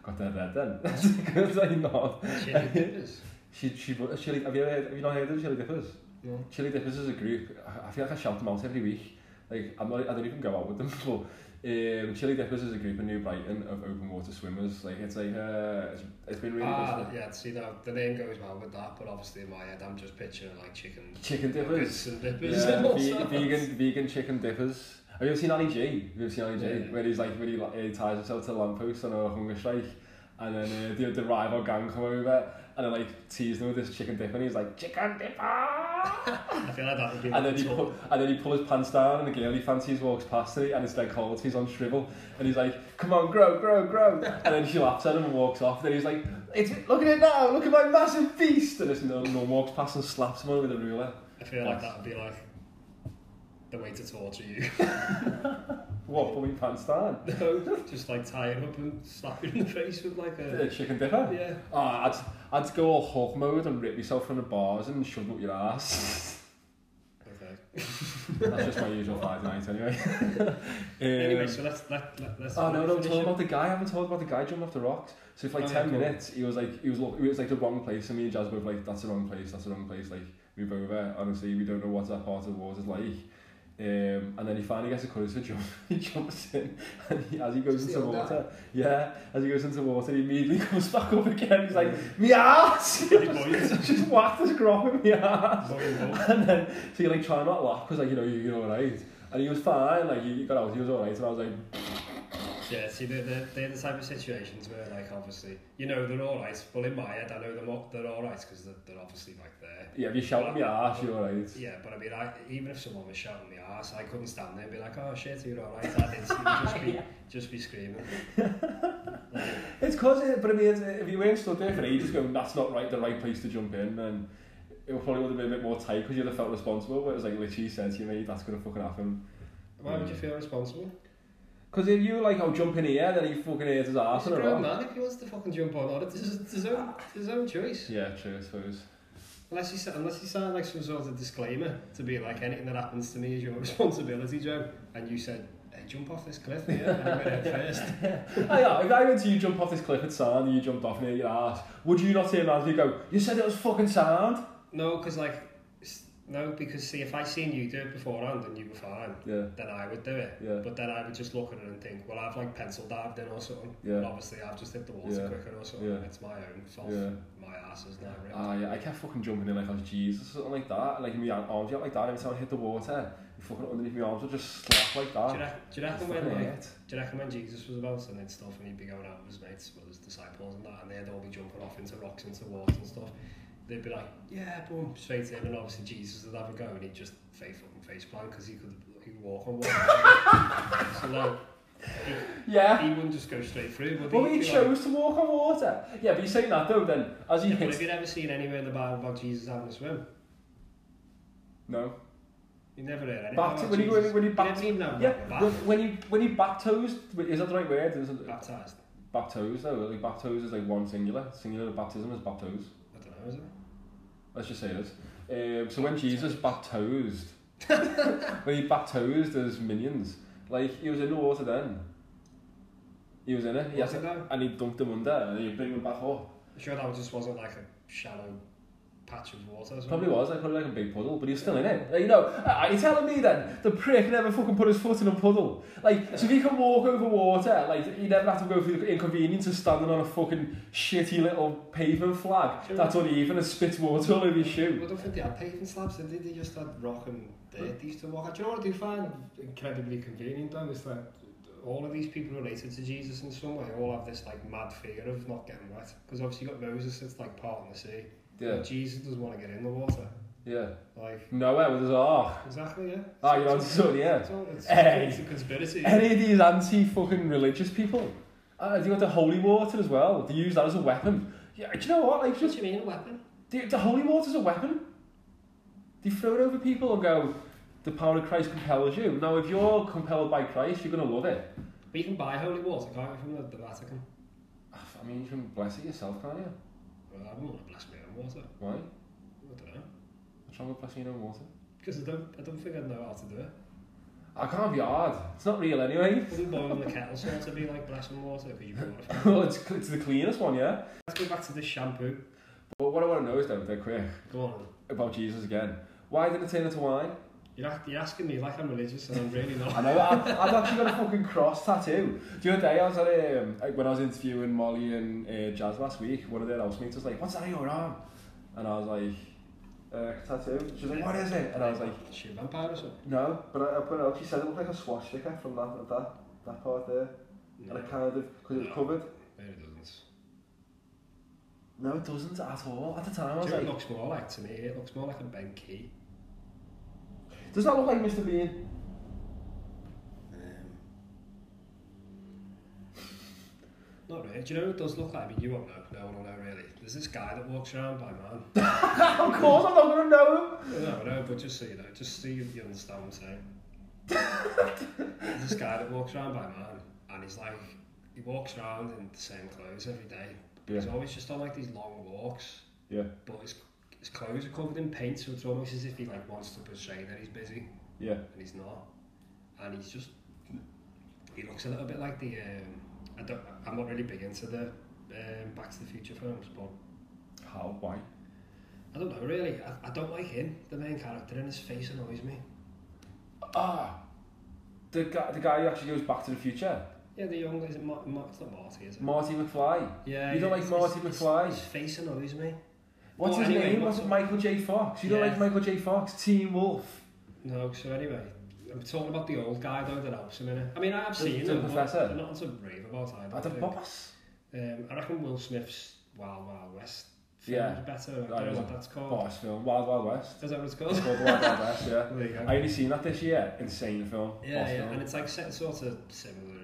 [SPEAKER 3] Got that red then. Because I know.
[SPEAKER 2] Chili peppers.
[SPEAKER 3] She she was Chili. Have you ever heard, have you not heard of Chili Dippers?
[SPEAKER 2] No.
[SPEAKER 3] Chili Dippers is a group. I I feel like I shout them out every week. Like I'm not, I don't even go out with them. But um, Chili Dippers is a group in New Brighton of open water swimmers. Like it's like uh, it's, it's been really good.
[SPEAKER 2] Ah,
[SPEAKER 3] for-
[SPEAKER 2] yeah, see, now the name goes well with that, but obviously in my head I'm just picturing like chicken
[SPEAKER 3] Chicken dippers.
[SPEAKER 2] nuggets and dippers.
[SPEAKER 3] Yeah,
[SPEAKER 2] and all
[SPEAKER 3] ve-
[SPEAKER 2] sorts.
[SPEAKER 3] vegan, vegan chicken dippers. Have you ever seen Ali G? Have you ever seen Ali G?
[SPEAKER 2] Yeah.
[SPEAKER 3] Where he's like, when he, like, he ties himself to the lamppost on a hunger strike, and then uh, the, the rival gang come over and then like tease them with this chicken dip, and he's like, chicken dipper!
[SPEAKER 2] I feel like that would be
[SPEAKER 3] and then he
[SPEAKER 2] top.
[SPEAKER 3] pull, and then he pull his pants down, and the girl he fancies walks past him, and it's dead cold. so He's on shrivel, and he's like, "Come on, grow, grow, grow!" And then she laughs at him and walks off. Then he's like, it's, "Look at it now! Look at my massive feast!" And this no one walks past and slaps him with a ruler.
[SPEAKER 2] I feel like
[SPEAKER 3] That's-
[SPEAKER 2] that would be like the way to torture you.
[SPEAKER 3] What? Pull me pants down?
[SPEAKER 2] no, just like tie it up and slap you in the face with like
[SPEAKER 3] A
[SPEAKER 2] a
[SPEAKER 3] chicken dipper?
[SPEAKER 2] yeah.
[SPEAKER 3] Oh, I'd, I'd go all Hulk mode and rip myself from the bars and shove them up your ass.
[SPEAKER 2] Okay.
[SPEAKER 3] That's just my usual Friday night anyway.
[SPEAKER 2] Anyway,
[SPEAKER 3] Um,
[SPEAKER 2] so let's let, let let's.
[SPEAKER 3] Oh no, no, I'm
[SPEAKER 2] finish
[SPEAKER 3] talking
[SPEAKER 2] it.
[SPEAKER 3] about the guy. I haven't told about the guy jumping off the rocks. So for like
[SPEAKER 2] Oh,
[SPEAKER 3] ten
[SPEAKER 2] yeah, cool.
[SPEAKER 3] minutes, he was like, he was, look, it was like the wrong place, and me and Jazz both like, that's the wrong place, that's the wrong place. Like move over. Honestly, we don't know what that part of the water's like. Um, and then he finally gets a courage to jump. He jumps in, and he, as he goes
[SPEAKER 2] Just the
[SPEAKER 3] into
[SPEAKER 2] old
[SPEAKER 3] water, yeah, as he goes into water, he immediately comes back up again. He's like, me ass.
[SPEAKER 2] Mm. boys.
[SPEAKER 3] just whacked his crop in me ass.
[SPEAKER 2] Sorry, Bob.
[SPEAKER 3] And then, so you like try not laugh because like you know you- you're alright, and he was fine. Like he he got out, he was alright, and I was like.
[SPEAKER 2] yeah, see, they're, they're, they're the type of situations where, like, obviously, you know, they're all right. Well, in my head, I know they're all, they're all right because they're, they're obviously like there.
[SPEAKER 3] Yeah, if you shout at me ass, you're alright.
[SPEAKER 2] Yeah, but I mean, I, even if someone was shouting my ass, I couldn't stand there and be like, "Oh shit, you're all right." I'd instantly just be just be screaming.
[SPEAKER 3] It's cause, it, but I mean, it's, if you weren't stood there for ages going, that's not right, the right place to jump in, then it would probably would have been a bit more tight because you'd have felt responsible. But it was like literally said to you, mate, that's gonna fucking happen.
[SPEAKER 2] Why would you
[SPEAKER 3] Hmm.
[SPEAKER 2] feel responsible?
[SPEAKER 3] Cause if you were like, I'll jump in here, then he fucking hears his ass
[SPEAKER 2] He's a
[SPEAKER 3] and
[SPEAKER 2] grown
[SPEAKER 3] all.
[SPEAKER 2] man if he wants to fucking jump on or it. It's his, it's his own, it's his own choice.
[SPEAKER 3] Yeah, true, I suppose.
[SPEAKER 2] Unless you, s- unless you sign like some sort of disclaimer to be like, anything that happens to me is your responsibility, Joe. And you said, hey, jump off this cliff, yeah, and you went head first.
[SPEAKER 3] I know, if I went to you jump off this cliff at sand and you jumped off near your ass, would you not hear him and go, you said it was fucking sand?
[SPEAKER 2] No, because like, s- no, because see, if I seen you do it beforehand and you were fine,
[SPEAKER 3] Yeah.
[SPEAKER 2] then I would do it.
[SPEAKER 3] Yeah.
[SPEAKER 2] But then I would just look at it and think, well, I've like pencil dived in or something.
[SPEAKER 3] Yeah.
[SPEAKER 2] And obviously, I've just hit the water
[SPEAKER 3] Yeah.
[SPEAKER 2] quicker or something.
[SPEAKER 3] Yeah.
[SPEAKER 2] It's my own fault.
[SPEAKER 3] Yeah.
[SPEAKER 2] My ass is not ripped.
[SPEAKER 3] Ah, yeah, I kept fucking jumping in like I was Jesus or something like that. Like my arms out like that. Every time I hit the water, fucking underneath my arms would just slap like that.
[SPEAKER 2] do, you reckon, do you reckon when
[SPEAKER 3] Fucking
[SPEAKER 2] like
[SPEAKER 3] hurt.
[SPEAKER 2] Do you reckon when Jesus was about and they'd stuff and he'd be going out with his mates, well his disciples and that, and they'd all be jumping off into rocks, into water and stuff, they'd be like, yeah, boom, straight in, and obviously Jesus would have a go and he'd just face up and face plant because he could he'd walk on water. so no,
[SPEAKER 3] Yeah.
[SPEAKER 2] he wouldn't just go straight through, would
[SPEAKER 3] Well,
[SPEAKER 2] he?
[SPEAKER 3] he
[SPEAKER 2] He'd be
[SPEAKER 3] chose to walk on water. Yeah, but you saying that though, then as he
[SPEAKER 2] Like, but have
[SPEAKER 3] hits.
[SPEAKER 2] you never seen anywhere in the Bible about Jesus having a swim?
[SPEAKER 3] No.
[SPEAKER 2] You never heard anything
[SPEAKER 3] Back to
[SPEAKER 2] about
[SPEAKER 3] when he
[SPEAKER 2] Jesus.
[SPEAKER 3] when he when he
[SPEAKER 2] You
[SPEAKER 3] back.
[SPEAKER 2] didn't even know
[SPEAKER 3] Yeah.
[SPEAKER 2] about
[SPEAKER 3] When,
[SPEAKER 2] bath-
[SPEAKER 3] when he when he back toes is that the right word? Is it
[SPEAKER 2] baptized.
[SPEAKER 3] back toes though? Like back toes is like one singular. Singular baptism is back toes.
[SPEAKER 2] I don't know, is it?
[SPEAKER 3] Let's just say this. Um, so when Jesus baptized, when he baptized his minions, like he was in the water then. He was in it. He
[SPEAKER 2] Was
[SPEAKER 3] had
[SPEAKER 2] he though?
[SPEAKER 3] to, and he dunked them under and he bring them back up.
[SPEAKER 2] I'm sure that just wasn't like a shallow patch of water. or something.
[SPEAKER 3] Probably was like probably like a big puddle, but he was still in it. Like, you know, uh, are you telling me then the prick never fucking put his foot in a puddle? Like, so if he can walk over water, like he never have to go through the inconvenience of standing on a fucking shitty little paving flag
[SPEAKER 2] Sure.
[SPEAKER 3] that's uneven and spits water all over your shoe.
[SPEAKER 2] I don't think they had paving slabs, did they? They just had rock and dirt they used to walk. Do you know what I do find incredibly convenient though? Is that all of these people related to Jesus in some way all have this like mad fear of not getting wet. Because obviously you've got Moses that's like part in the sea.
[SPEAKER 3] Yeah,
[SPEAKER 2] But Jesus doesn't want to get in the water.
[SPEAKER 3] yeah.
[SPEAKER 2] Like,
[SPEAKER 3] Nowhere with his arc.
[SPEAKER 2] exactly, yeah.
[SPEAKER 3] Ah, you're on
[SPEAKER 2] so,
[SPEAKER 3] to it, yeah.
[SPEAKER 2] it's, all- it's,
[SPEAKER 3] Hey.
[SPEAKER 2] it's a conspiracy.
[SPEAKER 3] Any of these anti fucking religious people? Uh, they got the holy water as well. They use that as a weapon. Yeah, do you know what? Like,
[SPEAKER 2] What do
[SPEAKER 3] just
[SPEAKER 2] you mean, a weapon?
[SPEAKER 3] the, the holy water's a weapon. They throw it over people and go, "The power of Christ compels you." Now, if you're compelled by Christ, you're gonna love it.
[SPEAKER 2] But you can buy holy water, can't you, from the, the Vatican?
[SPEAKER 3] Ah, I mean, you can bless it yourself, can't you?
[SPEAKER 2] Well, I wouldn't want to bless my own water.
[SPEAKER 3] Why?
[SPEAKER 2] I don't know.
[SPEAKER 3] What's wrong with blessing your own water?
[SPEAKER 2] Because I don't, I don't think I'd know how to do it.
[SPEAKER 3] I can't be hard. It's not real anyway.
[SPEAKER 2] Wouldn't boil the kettle so to be like blessing water because you brought it.
[SPEAKER 3] well, it's, cl- it's the cleanest one, yeah.
[SPEAKER 2] Let's go back to the shampoo.
[SPEAKER 3] But what I want to know is, though, they're quick
[SPEAKER 2] Go on.
[SPEAKER 3] about Jesus again. Why did it turn into wine?
[SPEAKER 2] You're, act- you're asking me like I'm religious and I'm really
[SPEAKER 3] I
[SPEAKER 2] not.
[SPEAKER 3] know, I've, I've actually got a fucking cross tattoo. The other day, I was at, um, like, when I was interviewing Molly and uh, Jazz last week, one of their housemates was like, what's that on your arm? And I was like, uh, tattoo. She was like, what is it? And I was like,
[SPEAKER 2] She a vampire or something?
[SPEAKER 3] no, but I, I put it up. She said it looked like a swastika from that, that, that part there.
[SPEAKER 2] No,
[SPEAKER 3] And it kind of, because it was covered.
[SPEAKER 2] maybe it doesn't.
[SPEAKER 3] No, it doesn't at all. At the time, I
[SPEAKER 2] Do
[SPEAKER 3] was
[SPEAKER 2] you know what
[SPEAKER 3] like,
[SPEAKER 2] it looks more like to me? It looks more like a Ben Key.
[SPEAKER 3] does that look like Mr. Bean?
[SPEAKER 2] Um, not really. Do you know who it does look like? I mean, you won't know. No one will know, really. There's this guy that walks around by man.
[SPEAKER 3] of course, I'm not going to know him.
[SPEAKER 2] No, no, but just so you know, just so you, you understand what I'm saying. There's this guy that walks around by man, and he's like, he walks around in the same clothes every day. But He's
[SPEAKER 3] Yeah.
[SPEAKER 2] always just on like these long walks,
[SPEAKER 3] Yeah,
[SPEAKER 2] but his, his clothes are covered in paint, so it's almost as if he like wants to portray that he's busy,
[SPEAKER 3] yeah.
[SPEAKER 2] and he's not. And he's just, he looks a little bit like the, um, I don't, I'm not really big into the um, Back to the Future films, but
[SPEAKER 3] How? Why?
[SPEAKER 2] I don't know really. I, I don't like him, the main character, and his face annoys me.
[SPEAKER 3] Ah, the guy, the guy who actually goes back to the future,
[SPEAKER 2] Yeah, the young is it Mar- Mar- it's not Marty, is it?
[SPEAKER 3] Marty McFly.
[SPEAKER 2] yeah,
[SPEAKER 3] You don't like
[SPEAKER 2] it's-
[SPEAKER 3] Marty
[SPEAKER 2] it's-
[SPEAKER 3] McFly?
[SPEAKER 2] His face annoys me.
[SPEAKER 3] What's
[SPEAKER 2] Well,
[SPEAKER 3] his
[SPEAKER 2] anyway,
[SPEAKER 3] name?
[SPEAKER 2] what's-
[SPEAKER 3] What's it? Michael J. Fox. You don't
[SPEAKER 2] Yeah.
[SPEAKER 3] like Michael J. Fox? Teen Wolf.
[SPEAKER 2] No, so anyway, I'm talking about the old guy though that helps him in it. I mean, I've
[SPEAKER 3] The-
[SPEAKER 2] seen
[SPEAKER 3] the
[SPEAKER 2] him. but
[SPEAKER 3] professor?
[SPEAKER 2] I'm not to rave about either.
[SPEAKER 3] At the boss.
[SPEAKER 2] Um, I reckon Will Smith's Wild Wild West film
[SPEAKER 3] Yeah.
[SPEAKER 2] is better. I
[SPEAKER 3] That
[SPEAKER 2] don't know
[SPEAKER 3] is
[SPEAKER 2] what
[SPEAKER 3] a
[SPEAKER 2] that's called.
[SPEAKER 3] Boss film. Wild Wild West.
[SPEAKER 2] Is that what it's
[SPEAKER 3] It's
[SPEAKER 2] called?
[SPEAKER 3] called Wild Wild West. Yeah.
[SPEAKER 2] there you go.
[SPEAKER 3] I only seen that this year. Insane film.
[SPEAKER 2] yeah,
[SPEAKER 3] boss
[SPEAKER 2] yeah,
[SPEAKER 3] film.
[SPEAKER 2] and it's like set sort of similar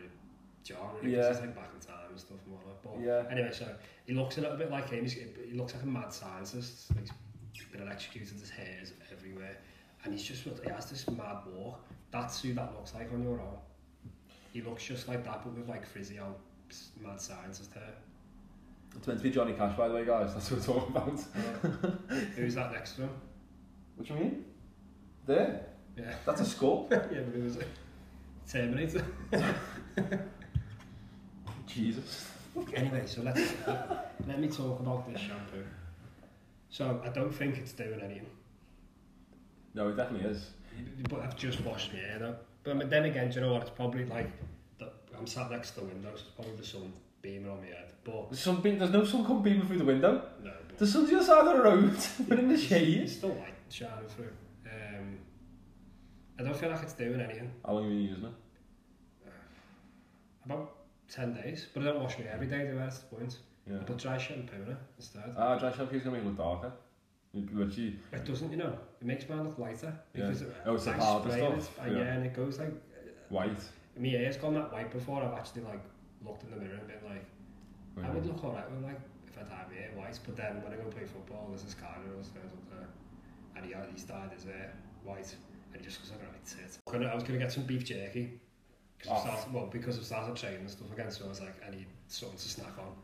[SPEAKER 2] genre. Yeah.
[SPEAKER 3] Yeah.
[SPEAKER 2] It's like back in time and stuff and whatnot. But
[SPEAKER 3] Yeah.
[SPEAKER 2] Anyway, so he looks a little bit like him. He's, he looks like a mad scientist. Like he's been electrocuted. His hair is everywhere, and he's just he has this mad walk. That's who that looks like on your arm. He looks just like that, but with like frizzy old s- mad scientist hair.
[SPEAKER 3] It's meant to be Johnny Cash, by the way, guys. That's what we're talking about.
[SPEAKER 2] Who's that next to him?
[SPEAKER 3] What do you mean? There.
[SPEAKER 2] Yeah,
[SPEAKER 3] That's a skull.
[SPEAKER 2] yeah, but it was a Terminator.
[SPEAKER 3] Jesus.
[SPEAKER 2] Anyway, so let's let me talk about this shampoo. So I don't think it's doing anything,
[SPEAKER 3] No, it definitely is.
[SPEAKER 2] but I've just washed my hair though. But then again, do you know what? It's probably like the, I'm sat next to the window, so it's probably the sun beaming on my head. But
[SPEAKER 3] There's, some beam, there's no sun coming beaming through the window.
[SPEAKER 2] no, but
[SPEAKER 3] The sun's the other side of the road. but in the
[SPEAKER 2] it's-
[SPEAKER 3] shade.
[SPEAKER 2] It's still light shining through. Um, I don't feel like it's doing anything.
[SPEAKER 3] How long have you been using it?
[SPEAKER 2] About ten days, but I don't wash my hair every day. Do I? That's the point.
[SPEAKER 3] Yeah.
[SPEAKER 2] I put dry shampoo in it instead.
[SPEAKER 3] Ah, dry shampoo's gonna make it look darker. You'd be literally-
[SPEAKER 2] It doesn't, you know. It makes mine look lighter
[SPEAKER 3] Yeah.
[SPEAKER 2] because
[SPEAKER 3] Oh, it's the
[SPEAKER 2] I
[SPEAKER 3] powder
[SPEAKER 2] spray it,
[SPEAKER 3] stuff,
[SPEAKER 2] uh,
[SPEAKER 3] yeah.
[SPEAKER 2] yeah, and it goes like
[SPEAKER 3] white.
[SPEAKER 2] my hair's gone that white before I've actually like looked in the mirror and been like I would look alright with like if I dyed my hair white but then when I go play football there's this guy who always stands up there and he, he's dyed his hair white and he just looks like a right tit Gonna- I was going to get some beef jerky because
[SPEAKER 3] Off.
[SPEAKER 2] I started well because I started training and stuff again so I was like I need something to snack on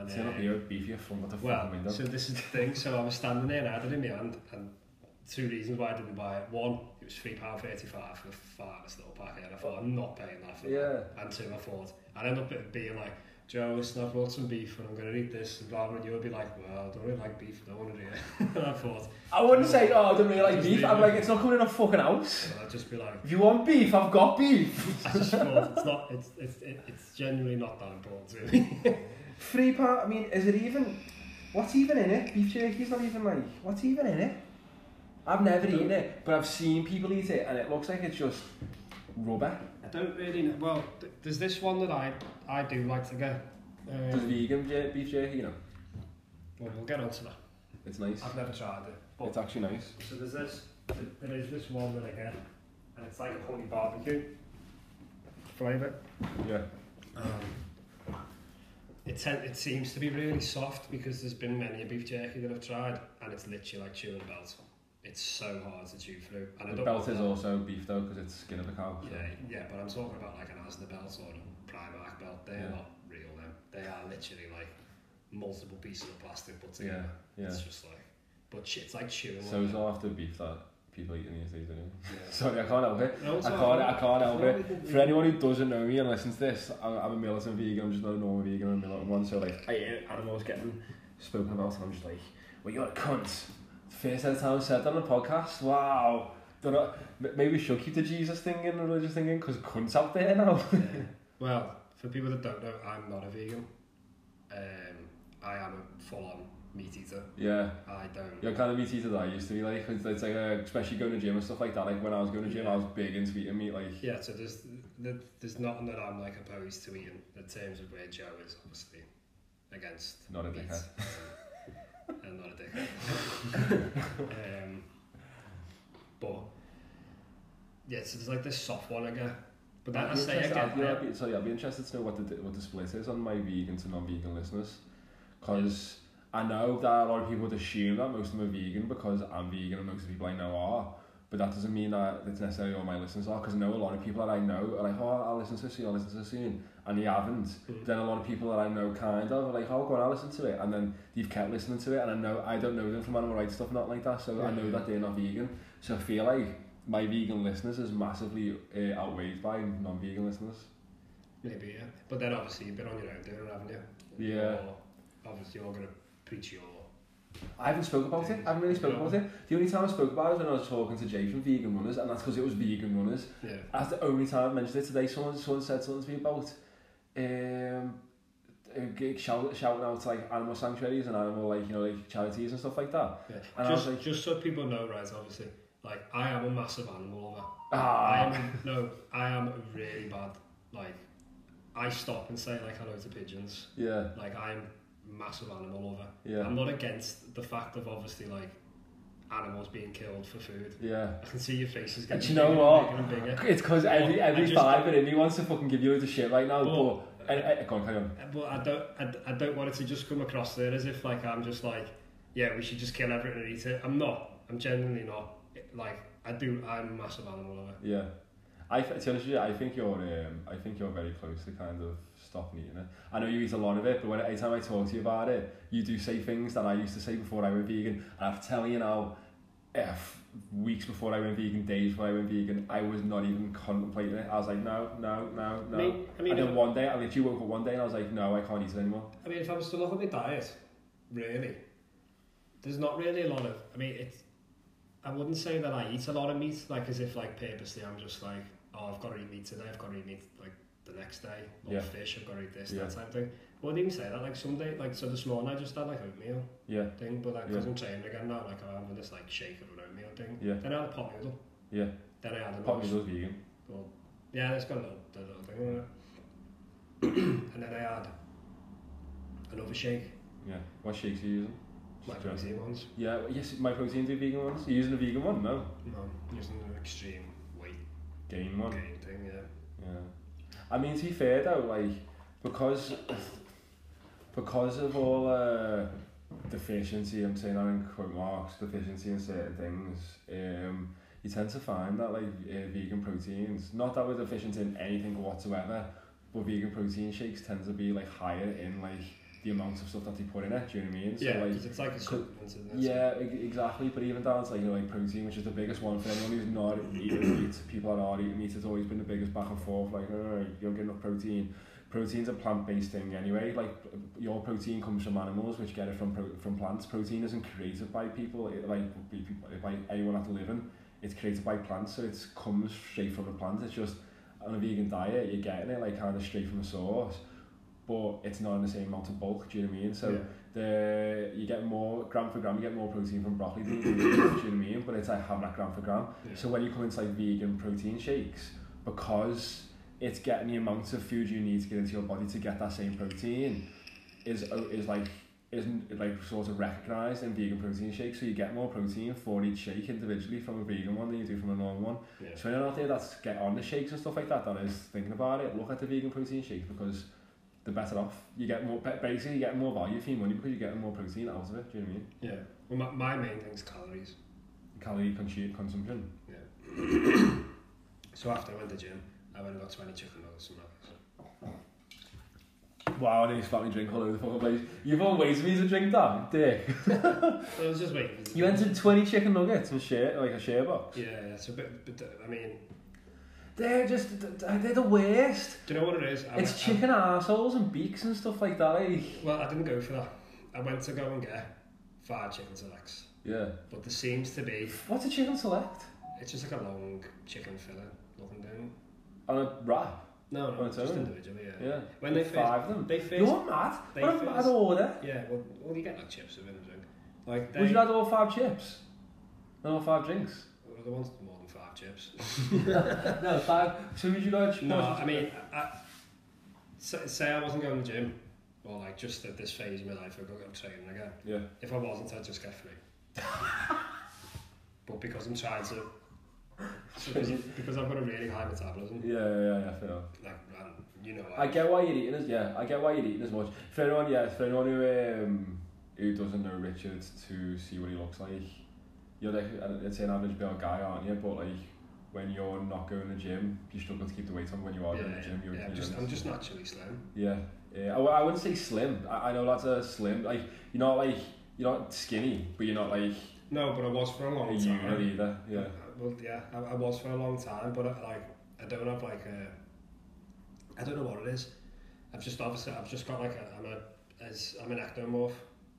[SPEAKER 2] and
[SPEAKER 3] See, not
[SPEAKER 2] uh,
[SPEAKER 3] beer, beef, you're from what the
[SPEAKER 2] well,
[SPEAKER 3] fucking window.
[SPEAKER 2] so this is the thing. So I was standing there and I had it in my hand, and two reasons why I didn't buy it. One, it was three pound thirty-five for the finest little packet, and I thought I'm not paying that for that.
[SPEAKER 3] Yeah.
[SPEAKER 2] And two, I thought I'd end up it being like, Joe, listen, I brought some beef and I'm gonna eat this, and blah blah. And you would be like, well, I don't really like beef, I don't want to do it. and I thought,
[SPEAKER 3] I wouldn't say, oh, I don't really like
[SPEAKER 2] Just
[SPEAKER 3] beef.
[SPEAKER 2] leave
[SPEAKER 3] I'm
[SPEAKER 2] it.
[SPEAKER 3] like, it's not coming in a fucking house.
[SPEAKER 2] and I'd just be like.
[SPEAKER 3] If you want beef, I've got beef.
[SPEAKER 2] I just thought it's not, it's, it's, it- it's genuinely not that important to me.
[SPEAKER 3] Free part, I mean, is it even. What's even in it? Beef jerky's not even like. What's even in it? I've never eaten it, but I've seen people eat it and it looks like it's just rubber.
[SPEAKER 2] I don't really know. Well, th- there's this one that I, I do like to get.
[SPEAKER 3] There's
[SPEAKER 2] Um,
[SPEAKER 3] vegan jer- beef jerky, you know.
[SPEAKER 2] well, we'll get onto that.
[SPEAKER 3] It's nice.
[SPEAKER 2] I've never tried it. But
[SPEAKER 3] It's actually nice.
[SPEAKER 2] So there's this, there is this one that I get, and it's like a honey barbecue flavour.
[SPEAKER 3] Yeah.
[SPEAKER 2] It, te- Um, it seems to be really soft because there's been many a beef jerky that I've tried, and it's literally like chewing a belt. It's so hard to chew through. And I
[SPEAKER 3] The
[SPEAKER 2] don't
[SPEAKER 3] belt
[SPEAKER 2] want
[SPEAKER 3] is
[SPEAKER 2] that.
[SPEAKER 3] also beef though, because it's skin of a cow. so-
[SPEAKER 2] Yeah, yeah, but I'm talking about like an Asda belt or a Primark belt. They're
[SPEAKER 3] Yeah.
[SPEAKER 2] not real, them. They are literally like multiple pieces of plastic put
[SPEAKER 3] Yeah,
[SPEAKER 2] together.
[SPEAKER 3] yeah.
[SPEAKER 2] It's just like, but shit, it's like chewing.
[SPEAKER 3] So
[SPEAKER 2] one
[SPEAKER 3] it's all after beef that people eating these days, anyway.
[SPEAKER 2] Yeah.
[SPEAKER 3] Sorry, I can't help it.
[SPEAKER 2] No, it's
[SPEAKER 3] I
[SPEAKER 2] all
[SPEAKER 3] can't,
[SPEAKER 2] right.
[SPEAKER 3] I can't help
[SPEAKER 2] No, we
[SPEAKER 3] it.
[SPEAKER 2] can-
[SPEAKER 3] For anyone who doesn't know me and listens to this, I'm, I'm a militant vegan, I'm just not a normal vegan, I'm a militant one, so like, I hate animals getting spoken about, and I'm just like, well, you're a cunt. First time I said that on a podcast, wow. Don't know, m- maybe we should keep the Jesus thing in, the religious thing in, because cunt's out there now.
[SPEAKER 2] Yeah. Well, for people that don't know, I'm not a vegan. Um, I am a full-on meat eater.
[SPEAKER 3] yeah.
[SPEAKER 2] I don't.
[SPEAKER 3] You're kind of meat eater that I used to be like, 'cause it's like, uh, especially going to gym and stuff like that. Like when I was going to gym, I was big into eating meat. Like,
[SPEAKER 2] Yeah, so there's th- there's nothing that I'm like opposed to eating in terms of where Joe is obviously against.
[SPEAKER 3] Not a
[SPEAKER 2] meat.
[SPEAKER 3] dickhead.
[SPEAKER 2] and not a dickhead. um, but yeah, so there's like this soft one again. But that I
[SPEAKER 3] I'd be
[SPEAKER 2] say
[SPEAKER 3] interested-
[SPEAKER 2] again,
[SPEAKER 3] I'd be, I'd be, sorry, I'd be interested to know what the what the split is on my vegan to non-vegan listeners, because I know that a lot of people would assume that most of them are vegan because I'm vegan and most of the people I know are. But that doesn't mean that it's necessarily all my listeners are, because I know a lot of people that I know are like, oh, I'll listen to it soon, I'll listen to it soon, and they haven't. Then a lot of people that I know kind of are like, oh, go on, I'll listen to it, and then they've kept listening to it, and I know I don't know them from animal rights stuff and that like that, so I know
[SPEAKER 2] Yeah.
[SPEAKER 3] that they're not vegan. So I feel like my vegan listeners is massively uh, outweighed by non-vegan listeners.
[SPEAKER 2] maybe yeah. But then obviously you've been on your own doing it, haven't you?
[SPEAKER 3] Yeah.
[SPEAKER 2] Or, obviously you're gonna preach your
[SPEAKER 3] I haven't spoke about it. I haven't really spoke about it. The only time I spoke about it was when I was talking to Jay from Vegan Runners, and that's because it was Vegan Runners.
[SPEAKER 2] yeah.
[SPEAKER 3] That's the only time I mentioned it today. Someone, someone said something to me about um, uh, g- shout, shouting out to like animal sanctuaries and animal like you know like charities and stuff like that.
[SPEAKER 2] Yeah.
[SPEAKER 3] And I was
[SPEAKER 2] just,
[SPEAKER 3] like-
[SPEAKER 2] just so people know, right? Obviously, like I am a massive animal lover.
[SPEAKER 3] Ah.
[SPEAKER 2] I am no, I am really bad. Like, I stop and say like hello to pigeons.
[SPEAKER 3] Yeah,
[SPEAKER 2] Like I'm massive animal lover.
[SPEAKER 3] Yeah.
[SPEAKER 2] I'm not against the fact of obviously like animals being killed for food.
[SPEAKER 3] yeah.
[SPEAKER 2] I can see your faces
[SPEAKER 3] And
[SPEAKER 2] getting
[SPEAKER 3] do you know
[SPEAKER 2] bigger
[SPEAKER 3] what?
[SPEAKER 2] and bigger and bigger.
[SPEAKER 3] It's because every
[SPEAKER 2] But I
[SPEAKER 3] every
[SPEAKER 2] just-
[SPEAKER 3] fiber in me wants to fucking give you loads of shit right now.
[SPEAKER 2] But-
[SPEAKER 3] But, and, and, go on, carry on.
[SPEAKER 2] But I don't, I, I don't want it to just come across there as if like I'm just like, yeah, we should just kill everything and eat it. I'm not. I'm genuinely not. Like I do, I'm a massive animal lover.
[SPEAKER 3] Yeah, I th- to be honest with you, I think you're um, I think you're very close to kind of stopping eating it. I know you eat a lot of it, but when every time I talk to you about it, you do say things that I used to say before I went vegan. And I'm telling you now, if weeks before I went vegan, days before I went vegan, I was not even contemplating it. I was like, no, no, no, no.
[SPEAKER 2] I mean- I mean,
[SPEAKER 3] and then
[SPEAKER 2] if-
[SPEAKER 3] one day, I literally woke up one day and I was like, no, I can't eat it anymore.
[SPEAKER 2] I mean, if I was to look at my diet, really, there's not really a lot of. I mean, it's. I wouldn't say that I eat a lot of meat, like as if like purposely I'm just like, oh, I've got to eat meat today. I've got to eat meat like the next day, or
[SPEAKER 3] Yeah.
[SPEAKER 2] fish. I've got to eat this,
[SPEAKER 3] Yeah.
[SPEAKER 2] that type of thing. I wouldn't even say that. Like some day, like so this morning, I just had like a meal
[SPEAKER 3] Yeah,
[SPEAKER 2] thing, but like because
[SPEAKER 3] Yeah.
[SPEAKER 2] I'm training again now, like I'm having this like shake of an oatmeal thing.
[SPEAKER 3] Yeah.
[SPEAKER 2] Then I had a pot noodle.
[SPEAKER 3] yeah.
[SPEAKER 2] Then I had a
[SPEAKER 3] Pot
[SPEAKER 2] nice-
[SPEAKER 3] noodles vegan.
[SPEAKER 2] well, yeah, it's got a little, the little thing on it. and then I had another shake,
[SPEAKER 3] Yeah. What shakes are you using?
[SPEAKER 2] my
[SPEAKER 3] Just drink.
[SPEAKER 2] protein ones.
[SPEAKER 3] Yeah, yes, my protein do vegan ones. Are you using a vegan one? No.
[SPEAKER 2] No, using an extreme weight
[SPEAKER 3] Gain one.
[SPEAKER 2] gain thing, yeah.
[SPEAKER 3] Yeah. I mean, to be fair though, like because because of all uh, deficiency, I'm saying that in quote marks, deficiency in certain things, um, you tend to find that like uh, vegan proteins, not that we're deficient in anything whatsoever, but vegan protein shakes tend to be like higher in like the amount of stuff that they put in it. Do you know what I mean? So,
[SPEAKER 2] yeah,
[SPEAKER 3] like,
[SPEAKER 2] because it's like a supplement, isn't it?
[SPEAKER 3] yeah, e- exactly. But even down to like, you know, like protein, which is the biggest one for anyone who's not eating meat, people that are eating meat, it's always been the biggest back and forth. Like, no, no, no, you don't get enough protein. Protein's a plant-based thing anyway. Like, your protein comes from animals, which get it from pro- from plants. Protein isn't created by people, it, like by people- by anyone that's living. It's created by plants, so it comes straight from the plant. It's just on a vegan diet, you're getting it like kind of straight from the source, but it's not in the same amount of bulk. Do you know what I mean? So.
[SPEAKER 2] Yeah.
[SPEAKER 3] the you get more gram for gram, you get more protein from broccoli than you do, do you know what I mean? But it's like having that gram for gram.
[SPEAKER 2] Yeah.
[SPEAKER 3] So when you come into like vegan protein shakes, because it's getting the amount of food you need to get into your body to get that same protein, is is like isn't like sort of recognised in vegan protein shakes. So you get more protein for each shake individually from a vegan one than you do from a normal one.
[SPEAKER 2] Yeah.
[SPEAKER 3] So anyone out there that's get on the shakes and stuff like that that is thinking about it, look at the vegan protein shakes because the better off you get more ba- basically you get more value for your money because you get more protein out of it. Do you know what I mean?
[SPEAKER 2] yeah. Well, my, my main thing's calories.
[SPEAKER 3] Calorie consu- consumption.
[SPEAKER 2] Yeah. so after I went to the gym, I went and got 20 chicken nuggets and that.
[SPEAKER 3] Wow, I nearly spat my drink all over the fucking place. You've always been to drink that, dick.
[SPEAKER 2] So I was just waiting. for the-
[SPEAKER 3] You entered twenty chicken nuggets and share like a share box.
[SPEAKER 2] Yeah, yeah. So, but, but uh, I mean,
[SPEAKER 3] They're just they're the worst.
[SPEAKER 2] do you know what it is? I
[SPEAKER 3] It's
[SPEAKER 2] went- I-
[SPEAKER 3] chicken assholes and beaks and stuff like that. Like.
[SPEAKER 2] Well, I didn't go for that. I went to go and get five chicken selects.
[SPEAKER 3] Yeah.
[SPEAKER 2] But there seems to be
[SPEAKER 3] What's a chicken select?
[SPEAKER 2] It's just like a long chicken fillet looking down.
[SPEAKER 3] On a wrap.
[SPEAKER 2] No, no,
[SPEAKER 3] On its
[SPEAKER 2] just
[SPEAKER 3] own?
[SPEAKER 2] individually, yeah.
[SPEAKER 3] Yeah.
[SPEAKER 2] When they
[SPEAKER 3] With
[SPEAKER 2] first-
[SPEAKER 3] five of them.
[SPEAKER 2] they first-
[SPEAKER 3] You're mad.
[SPEAKER 2] they
[SPEAKER 3] what a
[SPEAKER 2] first-
[SPEAKER 3] mad order.
[SPEAKER 2] Yeah, well, well you get like chips with it, I think. Like, they,
[SPEAKER 3] Would you have all five chips? And all five drinks?
[SPEAKER 2] well, they want more than five chips.
[SPEAKER 3] no, five. So would you like?
[SPEAKER 2] No, I mean, I, I, say say I wasn't going to the gym, or like just at this phase of my life, I'd go get training again.
[SPEAKER 3] Yeah.
[SPEAKER 2] If I wasn't, I'd just get free. but because I'm trying to, because, because I've got a really high metabolism,
[SPEAKER 3] Yeah, yeah, yeah, yeah, fair.
[SPEAKER 2] like, and you know,
[SPEAKER 3] I get why you're eating as yeah, I get why you're eating as much. For anyone, yeah, for anyone who um, who doesn't know Richard to see what he looks like, you're like uh, it's an average build guy, aren't you? But like when you're not going to the gym, you struggle to keep the weight on. When you
[SPEAKER 2] yeah,
[SPEAKER 3] are going to the
[SPEAKER 2] yeah,
[SPEAKER 3] gym, you're
[SPEAKER 2] yeah,
[SPEAKER 3] you're
[SPEAKER 2] I'm, just,
[SPEAKER 3] in-
[SPEAKER 2] I'm just naturally slim.
[SPEAKER 3] Yeah, yeah. I, w- I wouldn't say slim. I, I know that's a slim. Like you're not like you're not skinny, but you're not like
[SPEAKER 2] No, but I was for
[SPEAKER 3] a
[SPEAKER 2] a long time.
[SPEAKER 3] unit either. Yeah,
[SPEAKER 2] Well, yeah, I, I was for a long time, but I, like I don't have like a, I don't know what it is. I've just obviously I've just got like a, I'm a as I'm an ectomorph,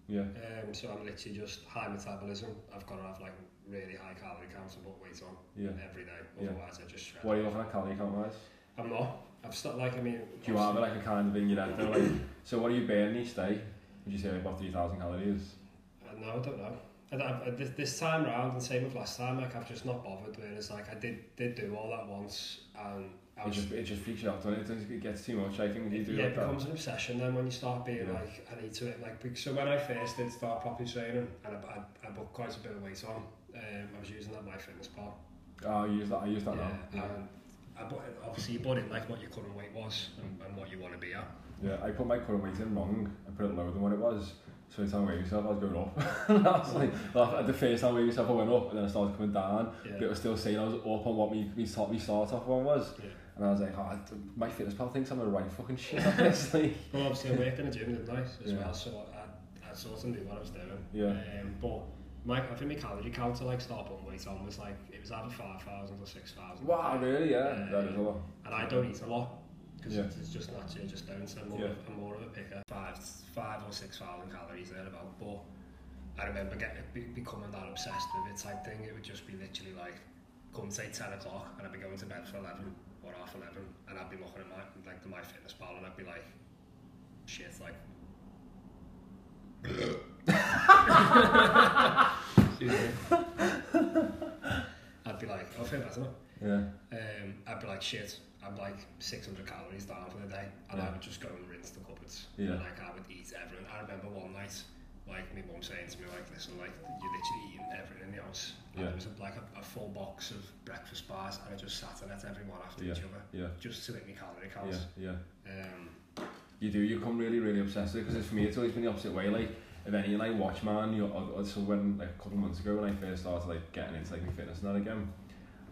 [SPEAKER 3] yeah,
[SPEAKER 2] um, so I'm literally just high metabolism. I've got to have like really high calorie counts and put weight on
[SPEAKER 3] yeah.
[SPEAKER 2] every day.
[SPEAKER 3] Yeah.
[SPEAKER 2] Otherwise, I just shred.
[SPEAKER 3] What are you looking at calorie count wise?
[SPEAKER 2] I'm not. I've stopped like I mean.
[SPEAKER 3] Do you have like a kind of in your head though? Like, so what are you burning each day? Would you say like about 3,000 calories?
[SPEAKER 2] Uh, No, I don't know. And I, I, this, this time round, and same with last time, like I've just not bothered. Whereas like I did did do all that once, and I
[SPEAKER 3] It
[SPEAKER 2] was
[SPEAKER 3] just, it just freaks you out, doesn't it? It gets too much, I think, when you do
[SPEAKER 2] yeah,
[SPEAKER 3] like
[SPEAKER 2] it becomes
[SPEAKER 3] that.
[SPEAKER 2] an obsession then when you start being
[SPEAKER 3] Yeah.
[SPEAKER 2] like, I need to, like, bec- so when I first did start properly training and I, I, I put quite a bit of weight on, um, I was using that MyFitnessPal.
[SPEAKER 3] Oh, I use that, I use that
[SPEAKER 2] Yeah,
[SPEAKER 3] now. Yeah.
[SPEAKER 2] and Um, I put, obviously you put in like what your current weight was and, and what you want to be at.
[SPEAKER 3] yeah, I put my current weight in wrong. I put it lower than what it was. So every time I weighed myself, I was going up. And I was like, well, the first time I weighed myself, I went up and then I started coming down. But it
[SPEAKER 2] Yeah.
[SPEAKER 3] was still saying I was up on what my, my, start, my start off one was.
[SPEAKER 2] yeah.
[SPEAKER 3] And I was like, oh, my fitness pal thinks I'm a right fucking shit, honestly.
[SPEAKER 2] Well, obviously I worked in a gym, didn't I, as
[SPEAKER 3] Yeah.
[SPEAKER 2] well, so I, I sort of knew what I was doing.
[SPEAKER 3] Yeah.
[SPEAKER 2] Um, but my, I think my calorie count to like start putting weight on was like, it was either 5,000 or 6,000.
[SPEAKER 3] wow, really? Yeah,
[SPEAKER 2] Yeah.
[SPEAKER 3] that is a lot.
[SPEAKER 2] and I don't eat a lot because
[SPEAKER 3] Yeah.
[SPEAKER 2] it's just naturally just down so I'm more,
[SPEAKER 3] Yeah.
[SPEAKER 2] I'm more of a picker five five or six thousand calories there about but I remember getting be, becoming that obsessed with it type thing it would just be literally like come say 10 o'clock and I'd be going to bed for 11 or half 11 and I'd be looking at my like the my fitness pal and I'd be like shit like Excuse me. I'd be like oh feel better now
[SPEAKER 3] Yeah.
[SPEAKER 2] um, I'd be like, shit, I'm like 600 calories down for the day. And
[SPEAKER 3] Yeah.
[SPEAKER 2] I would just go and rinse the cupboards.
[SPEAKER 3] Yeah.
[SPEAKER 2] And like, I would eat everything. I remember one night, like, my mum saying to me, like, listen, like, you're literally eating everything in the house. And
[SPEAKER 3] Yeah.
[SPEAKER 2] there was a, like a, a full box of breakfast bars, and I just sat and ate every one after
[SPEAKER 3] Yeah.
[SPEAKER 2] each other
[SPEAKER 3] Yeah.
[SPEAKER 2] just to make me calorie
[SPEAKER 3] Yeah.
[SPEAKER 2] counts.
[SPEAKER 3] Yeah.
[SPEAKER 2] Um,
[SPEAKER 3] You do, you become really, really obsessed with it because for me, it's always been the opposite way. Like, if any, like, Watchman, you know, or- or so when, like, a couple of months ago when I first started, like, getting into, like, my fitness and that again,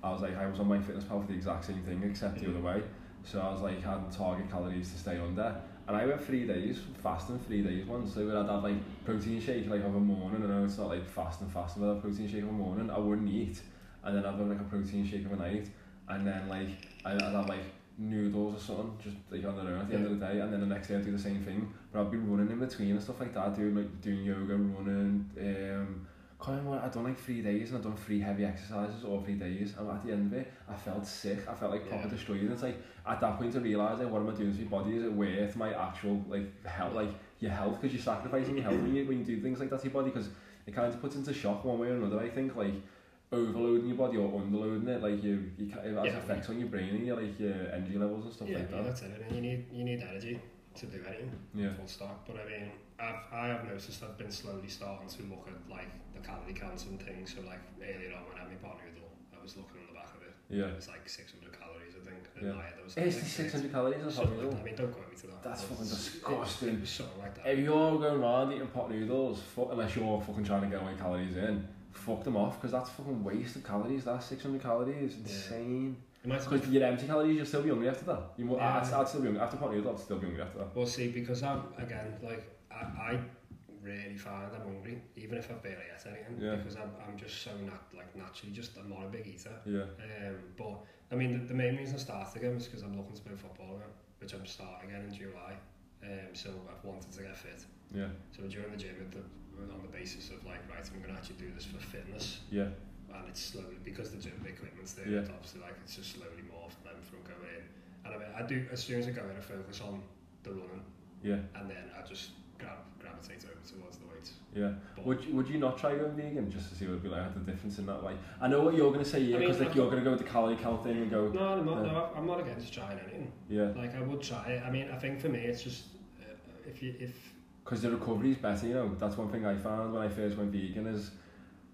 [SPEAKER 3] I was like, I was on my fitness pal for the exact same thing, except the other way. So I was like, had target calories to stay under. And I went three days, fasting three days once. So I'd have, like, protein shake, like, of a morning. I know it's not, like, fasting, fasting, but I'd have protein shake of a morning. I wouldn't eat. And then I'd have, like, a protein shake of a night. And then, like, I'd I'd have, like, noodles or something, just like on their own at the end of the day, and then the next day I do the same thing. But I've been running in between and stuff like that, doing like doing yoga, running. Um, can't remember. what- I've done like three days and I've done three heavy exercises all three days. And at the end of it, I felt sick. I felt like proper
[SPEAKER 2] Yeah.
[SPEAKER 3] destroyed. And it's like at that point I realised like what am I doing to my body? Is it worth my actual like health, like your health? Because you're sacrificing your health when you when you do things like that to your body. Because it kind of puts into shock one way or another. I think like overloading your body or underloading it, like you, you ca- it has
[SPEAKER 2] Yeah.
[SPEAKER 3] effects on your brain and your like your energy levels and stuff
[SPEAKER 2] yeah,
[SPEAKER 3] like
[SPEAKER 2] but
[SPEAKER 3] that.
[SPEAKER 2] that's it. And you need, you need energy to do anything.
[SPEAKER 3] Yeah,
[SPEAKER 2] full stop. But I mean, I've I have noticed I've been slowly starting to look at like the calorie counts and things. So like earlier on when I had my bar noodle, I was looking on the back of it.
[SPEAKER 3] yeah.
[SPEAKER 2] It was like 600 calories, I think. And
[SPEAKER 3] Yeah.
[SPEAKER 2] yeah. my head, I was like,
[SPEAKER 3] It's six hundred calories or
[SPEAKER 2] something
[SPEAKER 3] something. isn't it?
[SPEAKER 2] like that. I mean, don't quote me to that.
[SPEAKER 3] That's
[SPEAKER 2] but
[SPEAKER 3] fucking
[SPEAKER 2] it-
[SPEAKER 3] disgusting.
[SPEAKER 2] It was something like that.
[SPEAKER 3] If you're going around eating pot noodles, fuck, unless you're fucking trying to get away calories in, fuck them off because that's fucking waste of calories. That's six hundred calories, insane.
[SPEAKER 2] It might
[SPEAKER 3] Because your empty calories, you'll still be hungry after that. You mu-
[SPEAKER 2] Yeah.
[SPEAKER 3] I'd, I'd still be hungry after pot noodle. I'd still be hungry after that.
[SPEAKER 2] Well, see, because I'm again like I, I really find I'm hungry, even if I barely ate anything,
[SPEAKER 3] Yeah.
[SPEAKER 2] because I'm I'm just so nat like naturally just I'm not a big eater.
[SPEAKER 3] Yeah,
[SPEAKER 2] Um, but I mean, the, the main reason I started again was because I'm looking to play football again, which I'm starting again in July. Um, so I've wanted to get fit.
[SPEAKER 3] yeah,
[SPEAKER 2] So during the gym, at the, on the basis of like, right, I'm going to actually do this for fitness.
[SPEAKER 3] yeah,
[SPEAKER 2] I and it's slowly because they're doing big commitments there.
[SPEAKER 3] Yeah.
[SPEAKER 2] It's obviously like it's just slowly morphed them from going in. And I mean, I do as soon as I go in, I focus on the running,
[SPEAKER 3] Yeah,
[SPEAKER 2] and then I just grab, gravitate over towards the weights.
[SPEAKER 3] yeah.
[SPEAKER 2] But
[SPEAKER 3] Would you, would you not try going vegan just to see what it'd be like? the difference in that way. I know what you're gonna say, yeah,
[SPEAKER 2] I mean,
[SPEAKER 3] because like
[SPEAKER 2] I've-
[SPEAKER 3] you're gonna go with the calorie count thing and go,
[SPEAKER 2] no, I'm not.
[SPEAKER 3] Yeah.
[SPEAKER 2] No, I'm not against trying anything.
[SPEAKER 3] yeah,
[SPEAKER 2] Like I would try it. I mean, I think for me, it's just uh, if you if
[SPEAKER 3] because the recovery is better. You know, that's one thing I found when I first went vegan is,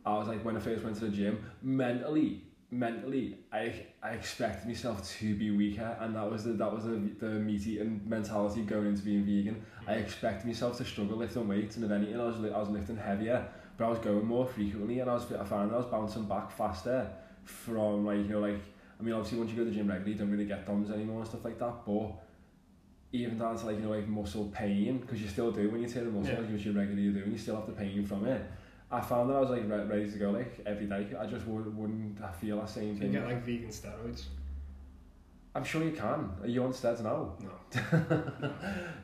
[SPEAKER 3] I was like when I first went to the gym mentally, mentally I I expected myself to be weaker, and that was the that was the the meat eating mentality going into being vegan. I expected myself to struggle lifting weights, and if anything, I was li- I was lifting heavier, but I was going more frequently, and I was I found I was bouncing back faster from like you know like. I mean, obviously, once you go to the gym regularly, you don't really get thumbs anymore and stuff like that. But even down to like you know like muscle pain because you still do when you tear the muscle
[SPEAKER 2] Yeah.
[SPEAKER 3] like which you regularly do and you still have the pain from it. I found that I was like re- ready to go like every day. I just would, wouldn't feel that same
[SPEAKER 2] you
[SPEAKER 3] thing.
[SPEAKER 2] get like vegan steroids,
[SPEAKER 3] I'm sure you can. Are you on steroids now?
[SPEAKER 2] no,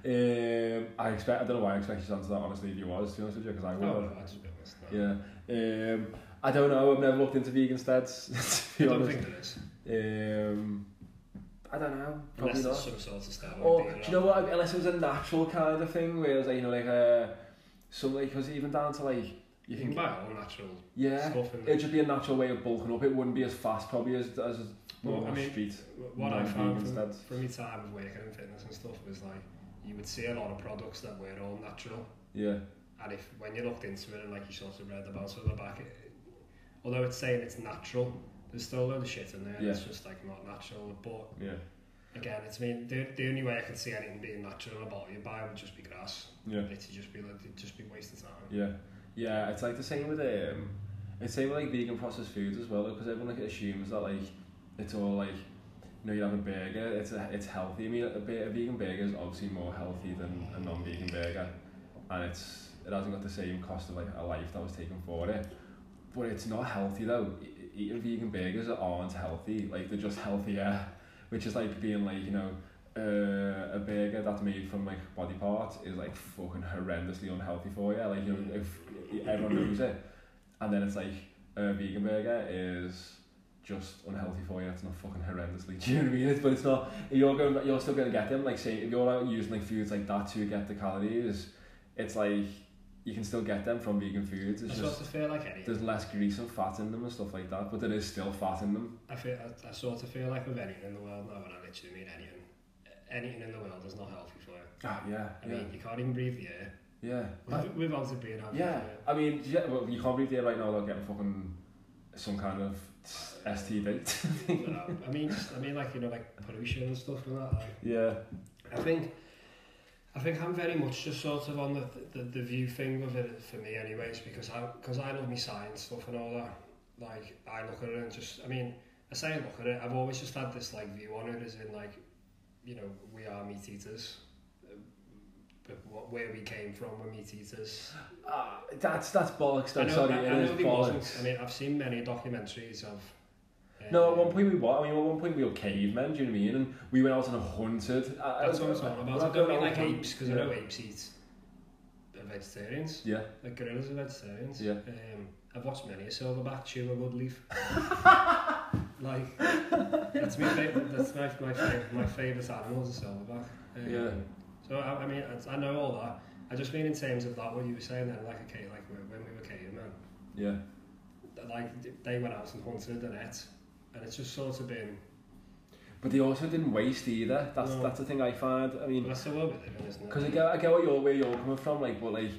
[SPEAKER 3] Um, I expect. I don't know why I expect you to answer that honestly. If you was to be honest with you, because I would.
[SPEAKER 2] no, Oh, I just be honest. No.
[SPEAKER 3] Yeah. Um, I don't know. I've never looked into vegan steroids. to
[SPEAKER 2] I
[SPEAKER 3] be
[SPEAKER 2] don't
[SPEAKER 3] honest.
[SPEAKER 2] think there is,
[SPEAKER 3] Um, I don't know. Probably
[SPEAKER 2] unless
[SPEAKER 3] not.
[SPEAKER 2] there's some sort of steroid.
[SPEAKER 3] Or
[SPEAKER 2] being
[SPEAKER 3] do you know
[SPEAKER 2] around.
[SPEAKER 3] what? Unless it was a natural kind of thing, where it was like you know like a some like because even down to like you
[SPEAKER 2] You can
[SPEAKER 3] can
[SPEAKER 2] buy all natural
[SPEAKER 3] yeah,
[SPEAKER 2] stuff in
[SPEAKER 3] it'd just be a natural way of bulking up. It wouldn't be as fast probably as as
[SPEAKER 2] Well, I
[SPEAKER 3] on the
[SPEAKER 2] mean,
[SPEAKER 3] street.
[SPEAKER 2] what I
[SPEAKER 3] non-vegan
[SPEAKER 2] found from,
[SPEAKER 3] studs.
[SPEAKER 2] from my time of working in fitness and stuff was like you would see a lot of products that were all natural
[SPEAKER 3] Yeah,
[SPEAKER 2] and if when you looked into it and like you sort of read about some of the back it, although it's saying it's natural there's still a load of shit in there yeah. that's just like not natural but
[SPEAKER 3] yeah,
[SPEAKER 2] again it's I mean the, the only way I could see anything being natural about your bio would just be grass
[SPEAKER 3] yeah.
[SPEAKER 2] it'd just be like it'd just be waste of time
[SPEAKER 3] Yeah, yeah. It's like the same with um, it's same with like vegan processed foods as well, because everyone like assumes that like it's all like you know you have a burger, it's a, it's healthy. I mean, a, ba- a vegan burger is obviously more healthy than a non-vegan burger, and it's it hasn't got the same cost of like a life that was taken for it. But it's not healthy though. E- Eating vegan burgers aren't healthy. Like they're just healthier, which is like being like you know. Uh, a burger that's made from like body parts is like fucking horrendously unhealthy for you. Like you know, if everyone knows it, and then it's like a vegan burger is just unhealthy for you. It's not fucking horrendously. Do you know what I mean? It's, but it's not. You're going. You're still gonna get them. Like say if you're out using like foods like that to get the calories, it's like you can still get them from vegan foods.
[SPEAKER 2] I
[SPEAKER 3] It's
[SPEAKER 2] sort
[SPEAKER 3] just
[SPEAKER 2] of feel like any
[SPEAKER 3] there's less grease and fat in them and stuff like that. But there is still fat in them.
[SPEAKER 2] I feel I, I sort of feel like with anything in the world now and I literally mean anything anything in the world is not healthy for you
[SPEAKER 3] Ah, yeah,
[SPEAKER 2] I
[SPEAKER 3] yeah,
[SPEAKER 2] mean, you can't even breathe the air.
[SPEAKER 3] yeah.
[SPEAKER 2] We've, we've obviously been out
[SPEAKER 3] Yeah,
[SPEAKER 2] there.
[SPEAKER 3] I mean, yeah, well, you can't breathe the air right now without getting fucking some kind of STD.
[SPEAKER 2] You know, um, I mean, just, I mean, like you know, like pollution and stuff and that. Like,
[SPEAKER 3] yeah,
[SPEAKER 2] I think, I think I'm very much just sort of on the the, the view thing of it for me, anyways, because I because I love me science stuff and all that. Like I look at it and just, I mean, I say I look at it. I've always just had this like view on it, as in like, you know, we are meat eaters. Um, But what, where we came from were meat eaters.
[SPEAKER 3] ah, that's that's bollocks. Though.
[SPEAKER 2] I know,
[SPEAKER 3] Sorry,
[SPEAKER 2] I,
[SPEAKER 3] it
[SPEAKER 2] I
[SPEAKER 3] is
[SPEAKER 2] know they wasn't.
[SPEAKER 3] bollocks.
[SPEAKER 2] I mean, I've seen many documentaries of. uh,
[SPEAKER 3] no, at one point we were. I mean, at one point we were cavemen. Do you know what I mean? And we went out and hunted. I- I-
[SPEAKER 2] That's what I'm talking
[SPEAKER 3] we're
[SPEAKER 2] about.
[SPEAKER 3] not
[SPEAKER 2] I don't
[SPEAKER 3] going
[SPEAKER 2] mean
[SPEAKER 3] out
[SPEAKER 2] like
[SPEAKER 3] and-
[SPEAKER 2] apes, because
[SPEAKER 3] yeah.
[SPEAKER 2] I know apes eat are vegetarians.
[SPEAKER 3] Yeah,
[SPEAKER 2] Like gorillas are vegetarians.
[SPEAKER 3] Yeah.
[SPEAKER 2] Um, I've watched many a silverback chew a wood leaf. like that's my favorite. That's my my favorite. My favorite animal is a silverback. Um,
[SPEAKER 3] Yeah.
[SPEAKER 2] So I, I mean, I, I know all that. I just mean in terms of that what you were saying then, like okay, like when when we were cavemen,
[SPEAKER 3] yeah,
[SPEAKER 2] like they went out and hunted and ate, and it's just sort of been.
[SPEAKER 3] but they also didn't waste either. That's
[SPEAKER 2] No.
[SPEAKER 3] that's the thing I find. I mean,
[SPEAKER 2] Well, that's the world we live in, isn't it?
[SPEAKER 3] Because I get, I get what you're, where you're coming from, like, but like,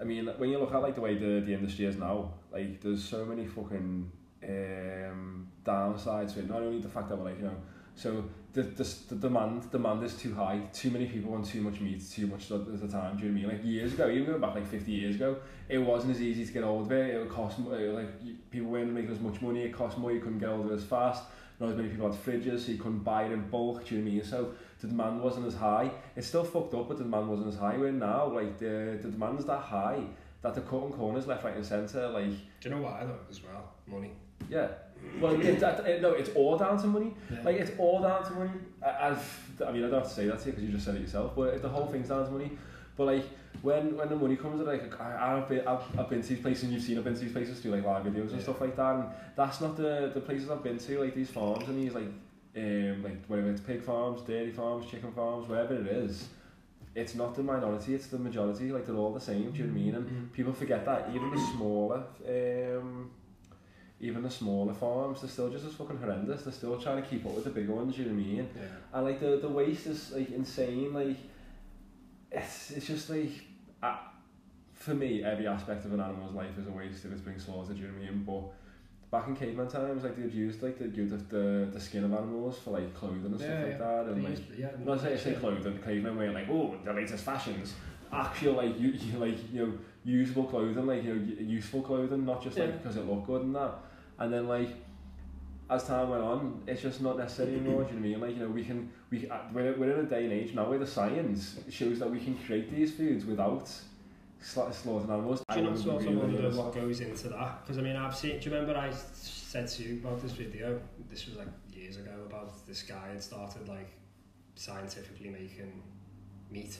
[SPEAKER 3] I mean, when you look at like the way the, the industry is now, like, there's so many fucking um, downsides to it. Not only the fact that we're like, you know, so the, the, the demand demand is too high. Too many people want too much meat, too much at the time. Do you know what I mean? Like years ago, even going back like 50 years ago, it wasn't as easy to get hold of it. It would cost mo- it, like you- people weren't making as much money. It cost more. You couldn't get hold of it as fast. Not as many people had fridges, so you couldn't buy it in bulk. Do you know what I mean? So the demand wasn't as high. It's still fucked up, but the demand wasn't as high. Where now, like the the demand's that high that they're cutting corners left, right, and centre. Like
[SPEAKER 2] Do you know why though? As well, money.
[SPEAKER 3] yeah, well, it, that, it, no, it's all down to money.
[SPEAKER 2] Yeah.
[SPEAKER 3] Like it's all down to money. I, I've, I mean, I don't have to say that to you because you just said it yourself. But if the whole thing's down to money. But like when when the money comes, in, like I, I've been I've, I've been to these places and you've seen I've been to these places to do like live videos and
[SPEAKER 2] Yeah.
[SPEAKER 3] stuff like that. And that's not the the places I've been to like these farms and these like um like whether it's pig farms, dairy farms, chicken farms, wherever it is. It's not the minority, it's the majority. Like they're all the same. Do you know what I mean? And
[SPEAKER 2] Mm-hmm.
[SPEAKER 1] Mhm.
[SPEAKER 3] people forget that even the smaller um even the smaller farms, they're still just as fucking horrendous. They're still trying to keep up with the big ones. You know what I mean?
[SPEAKER 2] Yeah.
[SPEAKER 3] and like the the waste is like insane. Like it's it's just like I, for me, every aspect of an animal's life is a waste if it's being slaughtered. You know what I mean? But back in caveman times, like they'd used like they'd use the, the the skin of animals for like clothing and stuff
[SPEAKER 2] Yeah,
[SPEAKER 3] like
[SPEAKER 2] yeah.
[SPEAKER 3] that, and like
[SPEAKER 2] These- yeah,
[SPEAKER 3] no, I say, I say
[SPEAKER 2] yeah.
[SPEAKER 3] clothing. Clothing where like, oh, the latest fashions. Actual like you, you like you know usable clothing, like you know u- useful clothing, not just like
[SPEAKER 2] Yeah.
[SPEAKER 3] because it looked good and that. And then like as time went on, it's just not necessary anymore. do you know what I mean? Like you know we can we uh, we're, we're in a day and age now where the science shows that we can create these foods without sla- slaughtering animals.
[SPEAKER 2] Do you not
[SPEAKER 3] I
[SPEAKER 2] sort of
[SPEAKER 3] really
[SPEAKER 2] wonder
[SPEAKER 3] is.
[SPEAKER 2] what goes into that? Because I mean, I've seen. Do you remember I s- said to you about this video? This was like years ago about this guy had started like scientifically making meat.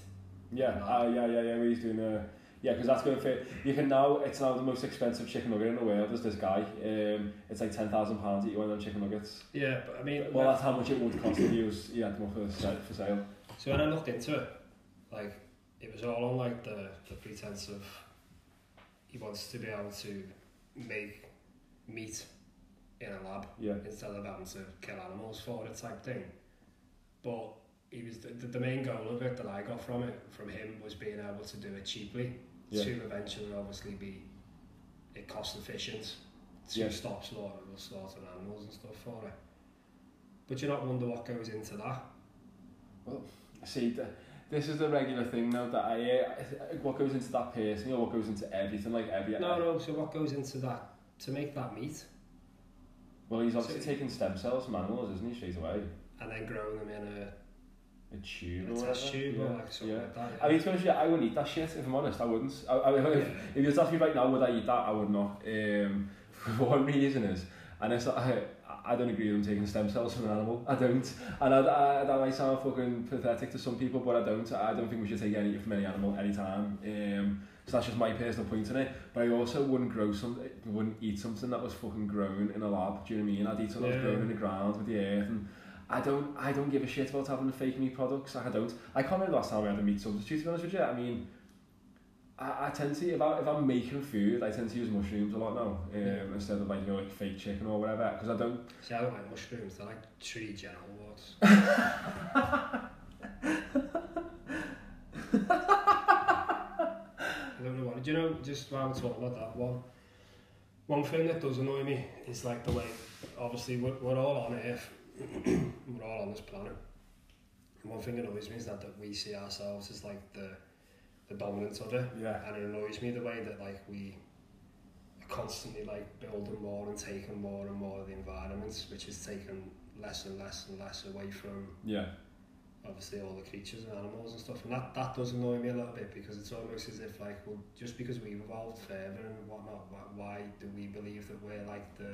[SPEAKER 3] Yeah, uh, yeah, yeah, yeah. He's doing a yeah, because that's going for you can now. It's now the most expensive chicken nugget in the world. Is this guy? Um, it's like ten thousand pounds that you went on chicken nuggets.
[SPEAKER 2] Yeah, but I mean,
[SPEAKER 3] Well, that's how much it would cost if you was you had them up for sale. For sale.
[SPEAKER 2] so when I looked into it, like it was all on like the the pretense of he wants to be able to make meat in a lab
[SPEAKER 3] Yeah,
[SPEAKER 2] instead of having to kill animals for it type thing. But he was the, the main goal of it that I got from it from him was being able to do it cheaply
[SPEAKER 3] Yeah.
[SPEAKER 2] to eventually obviously be it cost efficient to
[SPEAKER 3] Yeah.
[SPEAKER 2] stop slaughtering slaughtering animals and stuff for it. But you not wonder what goes into that.
[SPEAKER 3] see, th- this is the regular thing now that I uh, what goes into that person or what goes into everything like every.
[SPEAKER 2] No, no. So what goes into that to make that meat
[SPEAKER 3] Well, he's obviously
[SPEAKER 2] So-
[SPEAKER 3] taking stem cells from animals, isn't he? Straight away,
[SPEAKER 2] and then growing them in a,
[SPEAKER 3] a tube.
[SPEAKER 2] in
[SPEAKER 3] or
[SPEAKER 2] a test
[SPEAKER 3] whatever.
[SPEAKER 2] tube
[SPEAKER 3] yeah.
[SPEAKER 2] or like something
[SPEAKER 3] yeah.
[SPEAKER 2] like that. Yeah.
[SPEAKER 3] I mean, to be honest with you, I wouldn't eat that shit, if I'm honest, I wouldn't. I, I, if,
[SPEAKER 2] Yeah.
[SPEAKER 3] if you was asking me right now, would I eat that, I would not. Um, for one reason is, and it's, I, I don't agree with them taking stem cells from an animal, I don't. And I, I, that might sound fucking pathetic to some people, but I don't. I don't think we should take any from any animal anytime. Um, so that's just my personal point on it. But I also wouldn't grow some, wouldn't eat something that was fucking grown in a lab. Do you know what I mean? I'd eat something that was
[SPEAKER 2] Yeah.
[SPEAKER 3] grown in the ground with the earth and I don't I don't give a shit about having fake meat products. Like I don't. I can't remember the last time we had a meat substitute. To be honest with you, I mean, I, I tend to if I if I'm making food, I tend to use mushrooms a lot now um,
[SPEAKER 2] Yeah.
[SPEAKER 3] instead of like you know, like fake chicken or whatever. Because I don't.
[SPEAKER 2] See, I don't like mushrooms. They're like tree general warts. I don't know what. Do you know, just while we're talking about that, one, one thing that does annoy me is like the way, obviously, we're, we're all on Earth, we're all on this planet. And one thing that annoys me is that, that we see ourselves as like the, the dominance of it.
[SPEAKER 3] Yeah.
[SPEAKER 2] And it annoys me the way that like we are constantly like building more and taking more and more of the environments, which is taking less and less and less away from
[SPEAKER 3] Yeah.
[SPEAKER 2] obviously all the creatures and animals and stuff. And that, that does annoy me a little bit because it's almost as if like, well, just because we've evolved further and whatnot, why, why do we believe that we're like the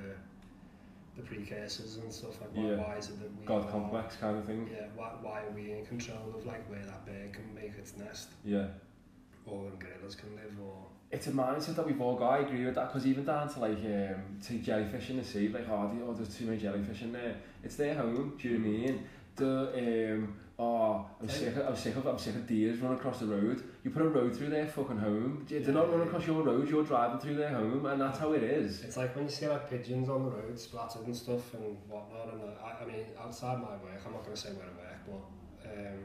[SPEAKER 2] the precursors and stuff like why,
[SPEAKER 3] Yeah.
[SPEAKER 2] why is it that we
[SPEAKER 3] God
[SPEAKER 2] are-
[SPEAKER 3] complex kind of thing.
[SPEAKER 2] Yeah, why, why are we in control of like where that bird can make its nest
[SPEAKER 3] Yeah.
[SPEAKER 2] or when gorillas can live or
[SPEAKER 3] It's a mindset that we've all got. I agree with that because even down to like um, to jellyfish in the sea, like oh, the- oh, there's too many jellyfish in there. It's their home. Do you know what I mean? The um, oh, I'm sick. Of, I'm sick of. I'm sick of deers running across the road. You put a road through their fucking home. They're not running across your road. You're driving through their home, and that's how it is.
[SPEAKER 2] It's like when you see like pigeons on the road splattered and stuff and whatnot. And uh, I, I mean, outside my work, I'm not going to say where I work, but um,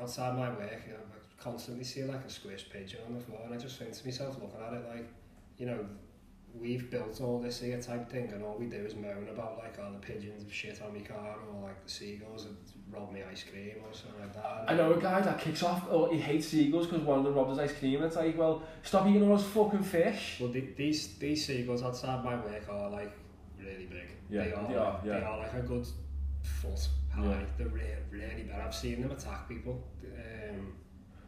[SPEAKER 2] outside my work, you know, I constantly see like a squished pigeon on the floor, and I just think to myself, looking at it, like, you know, we've built all this here type thing, and all we do is moan about like, oh, the pigeons have shit on my car, or like the seagulls have robbed me ice cream, or something like that.
[SPEAKER 3] I know a guy that kicks off. Oh, he hates seagulls because one of them robbed his ice cream. It's like, well, stop eating all those fucking fish.
[SPEAKER 2] Well, the, these these seagulls outside my work are like really big.
[SPEAKER 3] Yeah,
[SPEAKER 2] they are.
[SPEAKER 3] they are,
[SPEAKER 2] like-
[SPEAKER 3] yeah.
[SPEAKER 2] They are like a good foot high.
[SPEAKER 3] Yeah.
[SPEAKER 2] They're really, really bad. I've seen them attack people. Um,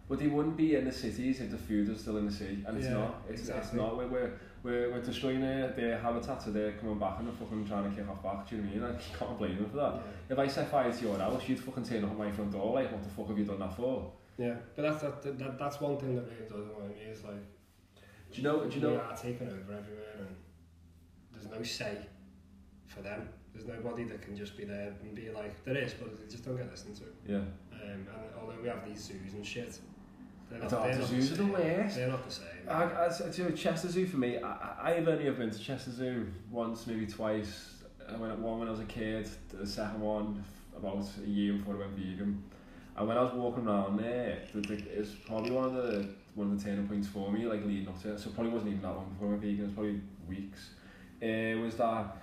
[SPEAKER 3] But they wouldn't be in the cities if the food was still in the sea, and it's
[SPEAKER 2] Yeah,
[SPEAKER 3] not. It's, it's
[SPEAKER 2] exactly.
[SPEAKER 3] not. We're, we're, we're, we're destroying their, their habitat, so they're coming back and they're fucking trying to kick off back. Do you know what I mean? I can't blame them for that.
[SPEAKER 2] yeah.
[SPEAKER 3] If I set fire to your house, you'd fucking turn up at my front door like, what the fuck have you done that for?
[SPEAKER 2] Yeah, but that's that, that that's one thing that really doesn't like me is like
[SPEAKER 3] Do you know? Do you know?
[SPEAKER 2] we are taking over everywhere and there's no say for them. There's nobody that can just be there and be like there is, but they just don't get listened to.
[SPEAKER 3] Yeah.
[SPEAKER 2] Um, and although we have these zoos and shit, they're
[SPEAKER 3] I thought
[SPEAKER 2] they're
[SPEAKER 3] the
[SPEAKER 2] not
[SPEAKER 3] zoos are the
[SPEAKER 2] same.
[SPEAKER 3] worst.
[SPEAKER 2] They're not the same.
[SPEAKER 3] I, I, to Chester Zoo for me, I, I- I've only ever been to Chester Zoo once, maybe twice. I went at one when I was a kid, the second one about a year before I went vegan. And when I was walking around there, the, the, it was probably one of the one of the turning points for me, like leading up to it. So it probably wasn't even that long before I went vegan. It was probably weeks. It was that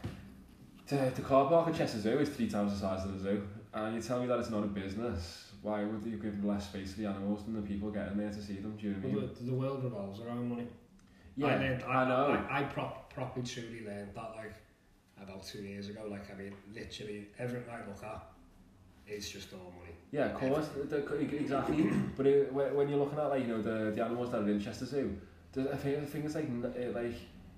[SPEAKER 3] the, the car park at Chester Zoo is three times the size of the zoo, and you tell me that it's not a business. Why would you give less space to the animals than the people getting there to see them? Do you know what I mean?
[SPEAKER 2] Well, the, the world revolves around money.
[SPEAKER 3] Mm. Yeah,
[SPEAKER 2] I, learned, I,
[SPEAKER 3] I know.
[SPEAKER 2] I, I prop, properly truly learned that like about two years ago. Like I mean, literally everything I look at is just all money.
[SPEAKER 3] Yeah, of course, the, the, exactly. but it, when when you're looking at like you know the the animals that are in Chester Zoo, the, I think I think it's like n- eh, like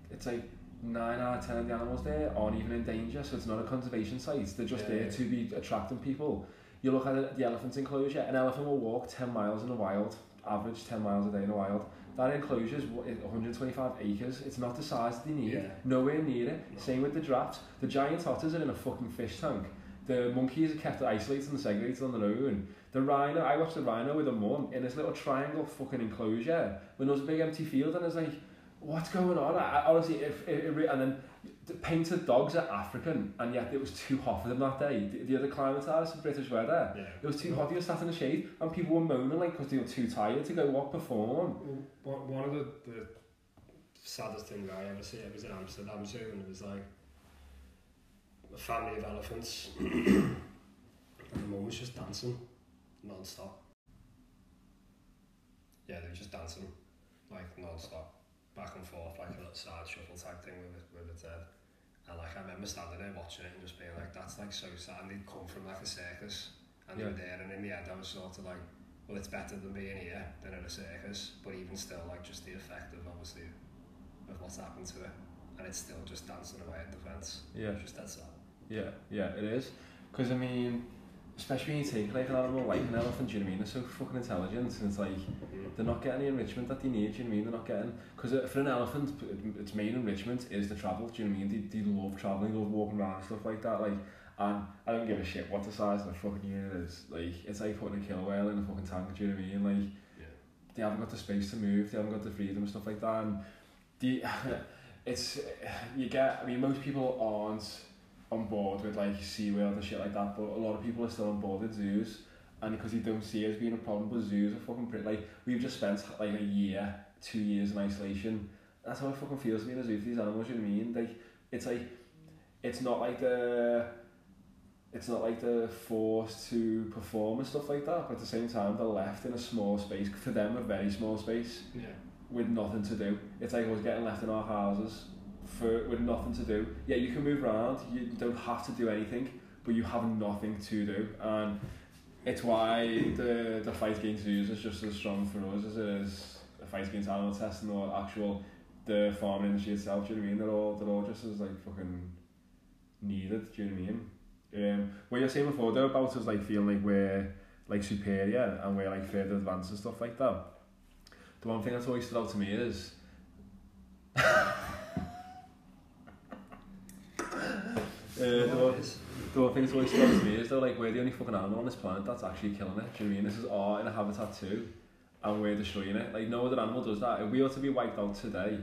[SPEAKER 3] it's like nine out of ten of the animals there aren't even in danger, so it's not a conservation site. They're just
[SPEAKER 2] Yeah,
[SPEAKER 3] there
[SPEAKER 2] yeah.
[SPEAKER 3] to be attracting people. You look at the, the elephant enclosure. An elephant will walk ten miles in the wild, average ten miles a day in the wild. That enclosure is wha- eh, 125 acres. It's not the size they need.
[SPEAKER 2] Yeah.
[SPEAKER 3] Nowhere near it.
[SPEAKER 2] No.
[SPEAKER 3] Same with the giraffes. The giant otters are in a fucking fish tank. The monkeys are kept isolated and segregated on their own. The rhino, I watched the rhino with a mum in this little triangle fucking enclosure when there was a big empty field, and I was like, what's going on? I, I honestly, if, if, if, and then the painted dogs are African, and yet it was too hot for them that day. The, the other climate artists in British weather.
[SPEAKER 2] Yeah.
[SPEAKER 3] It was too hot, you were sat in the shade, and people were moaning like because they were too tired to go walk perform.
[SPEAKER 2] Well, One one of the, the saddest things I ever see it was in Amsterdam Zoo and it was like a family of elephants and the mum was just dancing non-stop. Yeah, they were just dancing like non-stop back and forth like a little side shuffle type thing with, it- with its head. And like I remember standing there watching it and just being like that's like so sad and they'd come from like a circus and they were
[SPEAKER 3] Yeah.
[SPEAKER 2] there and in the end I was sort of like well it's better than being here than in a circus but even still like just the effect of obviously of what's happened to it and it's still just dancing away at the fence
[SPEAKER 3] Yeah.
[SPEAKER 2] just that sad
[SPEAKER 3] Yeah, yeah, it is. Because I mean, especially when you take like an animal like an elephant, do you know what I mean? They're so fucking intelligent, and it's like they're not getting the enrichment that they need. Do you know what I mean? They're not getting because for an elephant, p- its main enrichment is the travel. Do you know what I mean? They, they love traveling, they love walking around and stuff like that. Like, and I don't give a shit what the size of the fucking unit is. Like, it's like putting a killer whale in a fucking tank. Do you know what I mean? Like,
[SPEAKER 2] Yeah.
[SPEAKER 3] they haven't got the space to move. They haven't got the freedom and stuff like that. And the it's you get. I mean, most people aren't on board with like SeaWorld and shit like that, but a lot of people are still on board with zoos, and because you don't see it as being a problem, but zoos are fucking pretty. Like we've just spent like a year, two years in isolation. That's how it fucking feels to be in a zoo for these animals. You know what I mean? Like it's like it's not like the it's not like they're forced to perform and stuff like that, but at the same time they're left in a small space for them a very small space
[SPEAKER 2] yeah
[SPEAKER 3] with nothing to do. It's like us getting left in our houses for with nothing to do. Yeah, you can move around. You don't have to do anything, but you have nothing to do, and it's why the the fight against zoos is just as strong for us as it is the fight against animal testing or actual the farming industry itself. Do you know what I mean? They're all they're all just as like fucking needed. Do you know what I mean? Um, what you're saying before though about us like feeling like we're like superior and we're like further advanced and stuff like that. The one thing that's always stood out to me is. Uh, the,
[SPEAKER 2] Well, it
[SPEAKER 3] one,
[SPEAKER 2] is.
[SPEAKER 3] the one thing that's always stood out to me is though, like we're the only fucking animal on this planet that's actually killing it. Do you know what I mean? This is our inner habitat too, and we're destroying it. Like no other animal does that. If we were to be wiped out today,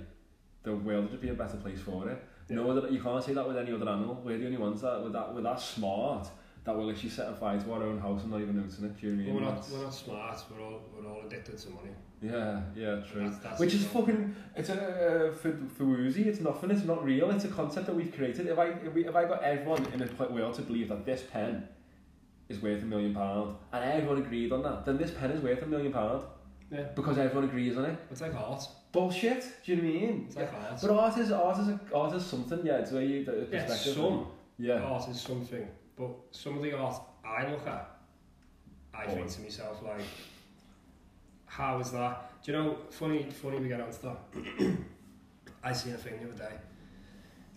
[SPEAKER 3] the world would be a better place for it. No other, you can't say that with any other animal. We're the only ones that with that with that smart that will actually set a fire to our own house and not even noticing it. Do you know what I mean?
[SPEAKER 2] Well, we're not
[SPEAKER 3] That's-
[SPEAKER 2] we're not smart we're all we're all addicted to money
[SPEAKER 3] Yeah, yeah, true.
[SPEAKER 2] That's- that's
[SPEAKER 3] Which
[SPEAKER 2] the
[SPEAKER 3] is
[SPEAKER 2] problem.
[SPEAKER 3] fucking it's a uh, for for woozy. It's nothing. It's not real. It's a concept that we've created. If I if, we, if I got everyone in a pl- world to believe that this pen is worth a million pound, and everyone agreed on that, then this pen is worth a million pound
[SPEAKER 2] yeah
[SPEAKER 3] because everyone agrees on it.
[SPEAKER 2] it's like art
[SPEAKER 3] Bullshit. Do you know what I mean?
[SPEAKER 2] it's like art
[SPEAKER 3] But art is art is a, art is something. Yeah, it's where you the
[SPEAKER 2] Yeah,
[SPEAKER 3] perspective.
[SPEAKER 2] some
[SPEAKER 3] Yeah.
[SPEAKER 2] art is something but some of the art I look at I
[SPEAKER 3] Oh.
[SPEAKER 2] think to myself like how is that do you know funny funny we get onto that I seen a thing the other day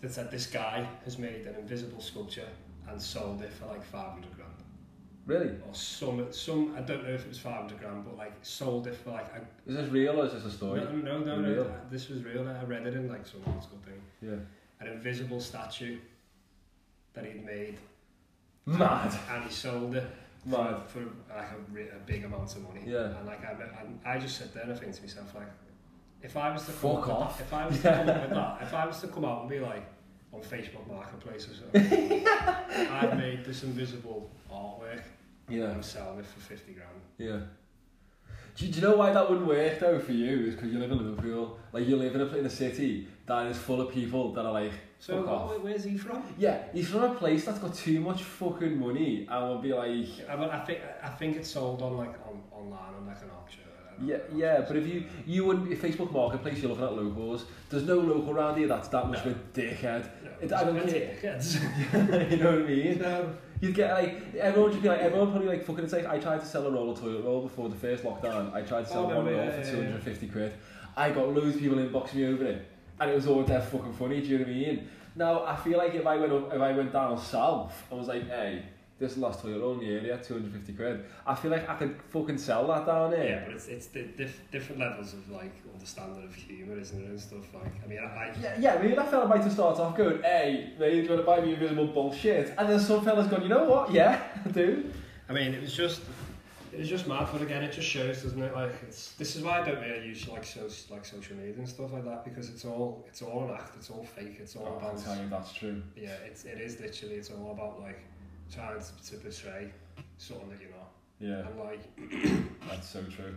[SPEAKER 2] that said this guy has made an invisible sculpture and sold it for like 500 grand
[SPEAKER 3] Really?
[SPEAKER 2] or some some I don't know if it was five hundred grand, but like sold it for like I,
[SPEAKER 3] Is this real or is this a story?
[SPEAKER 2] no no no, no
[SPEAKER 3] Real?
[SPEAKER 2] this was real. I read it in like some article thing.
[SPEAKER 3] Yeah.
[SPEAKER 2] An invisible statue that he'd made
[SPEAKER 3] Mad.
[SPEAKER 2] and he sold it
[SPEAKER 3] Mad.
[SPEAKER 2] for like a, re- a big amount of money.
[SPEAKER 3] Yeah.
[SPEAKER 2] And like I, and I just sit there and I think to myself like, if I was to
[SPEAKER 3] Fuck
[SPEAKER 2] come
[SPEAKER 3] off.
[SPEAKER 2] Up with that, if I was to come up with that, if I was to come out and be like on Facebook Marketplace or something, I'd made this invisible artwork and
[SPEAKER 3] Yeah.
[SPEAKER 2] I'm selling it for fifty grand.
[SPEAKER 3] Yeah. Do you, do you know why that wouldn't work though for you? Is because you live in Liverpool. Like you live in a pla- in a city that is full of people that are like,
[SPEAKER 2] So
[SPEAKER 3] fuck off.
[SPEAKER 2] wh- where's he from?
[SPEAKER 3] Yeah, he's from a place that's got too much fucking money and will be like,
[SPEAKER 2] I, mean, I think I think it's sold on like on, online on like an auction. uh,
[SPEAKER 3] yeah,
[SPEAKER 2] auction
[SPEAKER 3] yeah. But if
[SPEAKER 2] site.
[SPEAKER 3] you you wouldn't if Facebook Marketplace, you're looking at locals. There's no local around here that's that much
[SPEAKER 2] No.
[SPEAKER 3] of a dickhead.
[SPEAKER 2] No,
[SPEAKER 3] It- I don't
[SPEAKER 2] it's-
[SPEAKER 3] care.
[SPEAKER 2] it's-
[SPEAKER 3] you know what I mean?
[SPEAKER 2] No,
[SPEAKER 3] You'd get like everyone would be like everyone probably like fucking it's like I tried to sell a roll of toilet roll before the first lockdown. I tried to sell
[SPEAKER 2] Oh,
[SPEAKER 3] one
[SPEAKER 2] remember,
[SPEAKER 3] roll
[SPEAKER 2] yeah,
[SPEAKER 3] for
[SPEAKER 2] yeah, yeah.
[SPEAKER 3] two hundred and fifty quid. I got loads of people inboxing me over it, and it was all dead fucking funny. Do you know what I mean? Now I feel like if I went up, if I went down south, I was like, hey, this last toilet roll in the area, two hundred fifty quid. I feel like I could fucking sell that down here.
[SPEAKER 2] yeah, but it's it's the diff, different levels of like understanding of humor, isn't it, and stuff like. I mean, I, I
[SPEAKER 3] Yeah, yeah, maybe that fella might have started off going, hey, mate, do you want to buy me invisible bullshit? And then some fella's gone, you know what? Yeah, I do.
[SPEAKER 2] I mean, it was just it was just mad, but again, it just shows, doesn't it? Like, it's this is why I don't really use like so like social media and stuff like that because it's all it's all an act, it's all fake, it's all about
[SPEAKER 3] you Oh, that's true.
[SPEAKER 2] yeah, it's it is literally it's all about like trying to, to portray something that you're not,
[SPEAKER 3] Yeah,
[SPEAKER 2] and like
[SPEAKER 3] that's so true.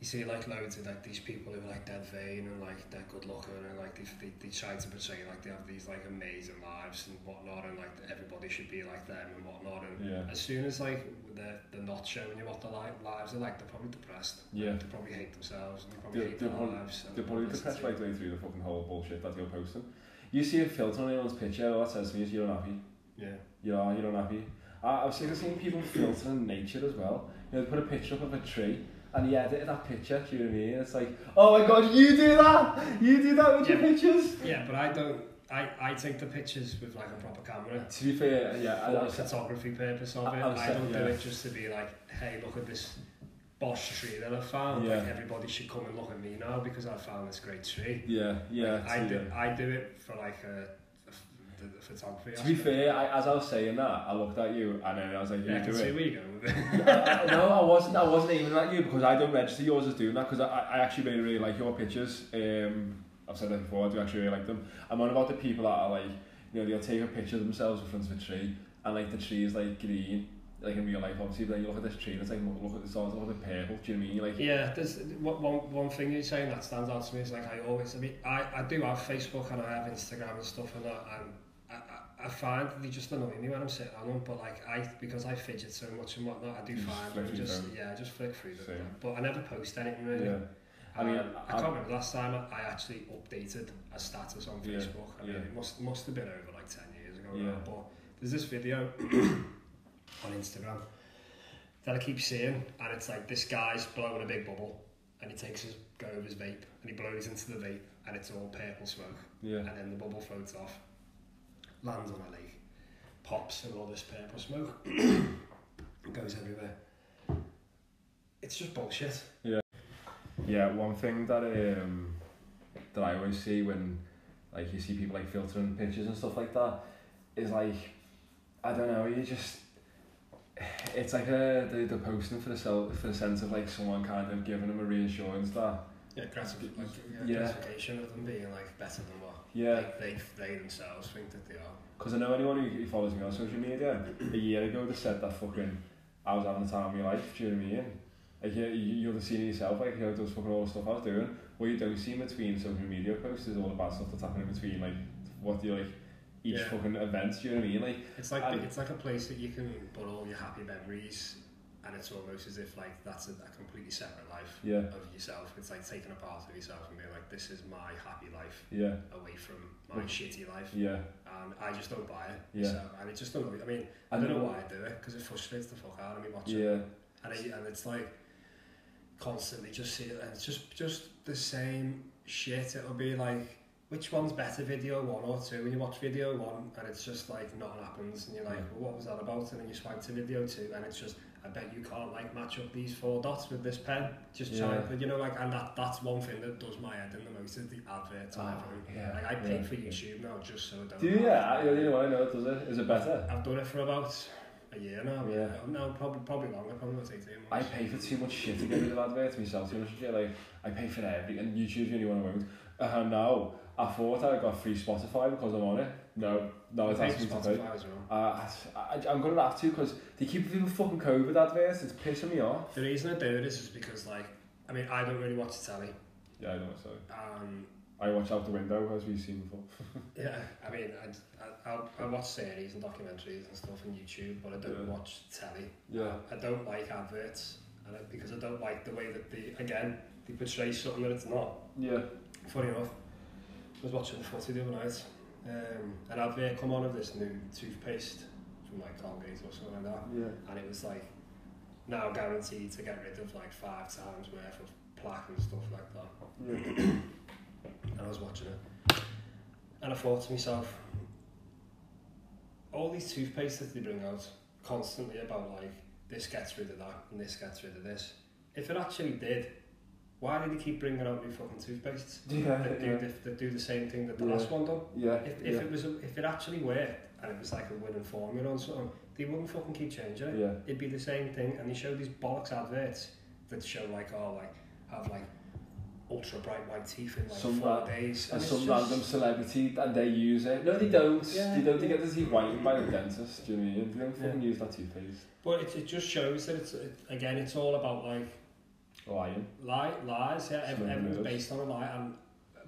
[SPEAKER 2] you see like loads of like these people who are like dead vain and like they're good looking and like they, they, they try to portray like they have these like amazing lives and whatnot and like everybody should be like them and whatnot and
[SPEAKER 3] Yeah.
[SPEAKER 2] as soon as like they're, they're not showing you what their li- lives are like they're probably depressed
[SPEAKER 3] Yeah.
[SPEAKER 2] they probably hate themselves and they probably
[SPEAKER 3] They're,
[SPEAKER 2] hate
[SPEAKER 3] they're,
[SPEAKER 2] their
[SPEAKER 3] probably,
[SPEAKER 2] lives and
[SPEAKER 3] they're probably
[SPEAKER 2] publicity.
[SPEAKER 3] depressed right the way through the fucking whole bullshit that you're posting. You see a filter on anyone's picture, all that says to me is you're unhappy.
[SPEAKER 2] yeah
[SPEAKER 3] You are, you're unhappy. I, I've seen, I've seen people filtering nature as well. You know, they put a picture up of a tree and they edit that picture, do you know what I mean? It's like, oh my god, you do that! You do that with your
[SPEAKER 2] Yeah.
[SPEAKER 3] pictures!
[SPEAKER 2] yeah but I don't I, I take the pictures with like a proper camera
[SPEAKER 3] To be fair, yeah,
[SPEAKER 2] for
[SPEAKER 3] I,
[SPEAKER 2] the
[SPEAKER 3] I,
[SPEAKER 2] photography purpose of
[SPEAKER 3] I-
[SPEAKER 2] it.
[SPEAKER 3] I was
[SPEAKER 2] I,
[SPEAKER 3] saying,
[SPEAKER 2] don't do
[SPEAKER 3] yeah.
[SPEAKER 2] it just to be like, hey, look at this bosh tree that I found. Like
[SPEAKER 3] Yeah.
[SPEAKER 2] everybody should come and look at me now because I found this great tree.
[SPEAKER 3] Yeah, yeah.
[SPEAKER 2] Like, I
[SPEAKER 3] to,
[SPEAKER 2] do I do it for like a, a f- the, the photography.
[SPEAKER 3] to be
[SPEAKER 2] aspect.
[SPEAKER 3] fair, I, as I was saying that, I looked at you and then I was like,
[SPEAKER 2] yeah, I
[SPEAKER 3] you
[SPEAKER 2] can
[SPEAKER 3] do
[SPEAKER 2] see
[SPEAKER 3] it.
[SPEAKER 2] where you're going with it.
[SPEAKER 3] no, I wasn't. I wasn't aiming at you because I don't register yours as doing that because I, I actually really really like your pictures. Um, I've said that before. I do actually really like them. I'm on about the people that are like, you know, they'll take a picture of themselves in front of a tree and like the tree is like green, like in real life obviously. But then you look at this tree and it's like look, look at this, it's a little bit purple. Do you know what I mean? Like,
[SPEAKER 2] Yeah, there's one, one- one thing you're saying that stands out to me is like I always, I mean, I, I do have Facebook and I have Instagram and stuff and that, and I, I, I find that they just annoy me when I'm sitting on them, but like I, because I fidget so much and whatnot, I do
[SPEAKER 3] You just
[SPEAKER 2] find
[SPEAKER 3] flick
[SPEAKER 2] them
[SPEAKER 3] through
[SPEAKER 2] just,
[SPEAKER 3] them.
[SPEAKER 2] yeah, I just flick through them,
[SPEAKER 3] Same.
[SPEAKER 2] but I never post anything really.
[SPEAKER 3] yeah. I
[SPEAKER 2] I mean,
[SPEAKER 3] mean,
[SPEAKER 2] Um, I,
[SPEAKER 3] I-
[SPEAKER 2] can't remember last time I, I actually updated a status on
[SPEAKER 3] Yeah,
[SPEAKER 2] Facebook. I mean,
[SPEAKER 3] yeah.
[SPEAKER 2] it must must have been over like ten years ago.
[SPEAKER 3] Yeah.
[SPEAKER 2] now, But there's this video on Instagram that I keep seeing, and it's like this guy's blowing a big bubble, and he takes his go of his vape, and he blows into the vape, and it's all purple smoke,
[SPEAKER 3] yeah,
[SPEAKER 2] and then the bubble floats off, lands on a lake, pops, and all this purple smoke goes everywhere. It's just bullshit.
[SPEAKER 3] yeah. One thing that um that I always see when like you see people like filtering pictures and stuff like that is like I don't know you just it's like a the the posting for the sel- for the sense of like someone kind of giving them a reassurance that
[SPEAKER 2] Yeah, gratif- like, yeah,
[SPEAKER 3] Yeah.
[SPEAKER 2] gratification of them being like better than what
[SPEAKER 3] yeah
[SPEAKER 2] like, they they themselves think that they are.
[SPEAKER 3] because I know anyone who, who follows me on social media a year ago they said that fucking I was having the time of my life do you know what I mean like you, you- you'll have seen it yourself like you know those fucking all the stuff I was doing what you don't see in between social media posts is all the bad stuff that's happening in between like what do you like each
[SPEAKER 2] Yeah.
[SPEAKER 3] fucking event do you know what I mean like
[SPEAKER 2] It's like
[SPEAKER 3] And-
[SPEAKER 2] it's like a place that you can put all your happy memories, and it's almost as if like that's a, a completely separate life
[SPEAKER 3] yeah
[SPEAKER 2] of yourself. It's like taking a part of yourself and being like, this is my happy life
[SPEAKER 3] yeah
[SPEAKER 2] away from my
[SPEAKER 3] Mm.
[SPEAKER 2] shitty life,
[SPEAKER 3] yeah
[SPEAKER 2] and I just don't buy it.
[SPEAKER 3] Yeah.
[SPEAKER 2] So, and it just don't. I mean, I
[SPEAKER 3] And
[SPEAKER 2] don't know
[SPEAKER 3] then-
[SPEAKER 2] why I do it because it frustrates the fuck out of me watching.
[SPEAKER 3] yeah
[SPEAKER 2] and, it, and it's like constantly just see it and it's just just the same shit it'll be like which one's better, video one or two? And you watch video one and it's just like nothing happens, and you're
[SPEAKER 3] Mm.
[SPEAKER 2] like, well, what was that about? And then you swipe to video two, and it's just, I bet you can't like match up these four dots with this pen. Just try,
[SPEAKER 3] Yeah.
[SPEAKER 2] but you know, like, and that that's one thing that does my head in the most is the adverts. on
[SPEAKER 3] Oh,
[SPEAKER 2] everything.
[SPEAKER 3] yeah,
[SPEAKER 2] Like I pay
[SPEAKER 3] yeah.
[SPEAKER 2] for YouTube now just so I don't.
[SPEAKER 3] Do you, yeah, you know what I know, it does it? Is it better?
[SPEAKER 2] I've done it for about a year now.
[SPEAKER 3] Yeah.
[SPEAKER 2] No, probably probably longer. Probably about eighteen months.
[SPEAKER 3] I pay for too much shit to get rid of adverts myself, to be honest with you. Like, I pay for every, and YouTube's the only one I won't. Uh, now, I thought I got free Spotify because I'm on it. No, no, it's
[SPEAKER 2] I pay
[SPEAKER 3] asking
[SPEAKER 2] for
[SPEAKER 3] me to pay.
[SPEAKER 2] Spotify as well.
[SPEAKER 3] Uh, I, I, I'm going to have to because they keep doing fucking COVID adverts, it's pissing me off.
[SPEAKER 2] The reason I do this is because, like, I mean, I don't really watch the telly.
[SPEAKER 3] Yeah, I know, so.
[SPEAKER 2] Um,
[SPEAKER 3] I watch out the window, as we've seen before.
[SPEAKER 2] yeah, I mean, I, I, I'll- I watch series and documentaries and stuff on YouTube, but I don't
[SPEAKER 3] Yeah.
[SPEAKER 2] watch telly.
[SPEAKER 3] Yeah.
[SPEAKER 2] I don't like adverts, and I, because I don't like the way that they, again, they portray something that it's not.
[SPEAKER 3] Yeah.
[SPEAKER 2] Funny enough, I was watching the footy the other night, um, an advert come on of this new toothpaste from like Colgate or something like that.
[SPEAKER 3] Yeah.
[SPEAKER 2] and it was like now guaranteed to get rid of like five times worth of plaque and stuff like that.
[SPEAKER 3] Yeah.
[SPEAKER 2] And I was watching it, and I thought to myself, all these toothpaste that they bring out constantly about like this gets rid of that and this gets rid of this. If it actually did, why do they keep bringing out new fucking toothpastes
[SPEAKER 3] Yeah.
[SPEAKER 2] that do
[SPEAKER 3] Yeah.
[SPEAKER 2] the, that do the same thing that the
[SPEAKER 3] Yeah.
[SPEAKER 2] last one done?
[SPEAKER 3] Yeah.
[SPEAKER 2] If, if
[SPEAKER 3] Yeah.
[SPEAKER 2] it was a, if it actually worked and it was like a winning formula on something, they wouldn't fucking keep changing it.
[SPEAKER 3] Yeah.
[SPEAKER 2] it'd be the same thing and they show these bollocks adverts that show like oh like have like ultra bright white teeth in like
[SPEAKER 3] Some
[SPEAKER 2] four
[SPEAKER 3] ra-
[SPEAKER 2] days
[SPEAKER 3] And
[SPEAKER 2] it's
[SPEAKER 3] some
[SPEAKER 2] just-
[SPEAKER 3] random celebrity and they use it. No, they don't.
[SPEAKER 2] Yeah.
[SPEAKER 3] They don't. They get the teeth whitened by the dentist. Do you know what I mean? They don't fucking use that toothpaste.
[SPEAKER 2] but it, it just shows that it's it, again it's all about like
[SPEAKER 3] Lion.
[SPEAKER 2] lie lies yeah ev-
[SPEAKER 3] Smoke
[SPEAKER 2] everything's
[SPEAKER 3] mirrors.
[SPEAKER 2] based on a lie and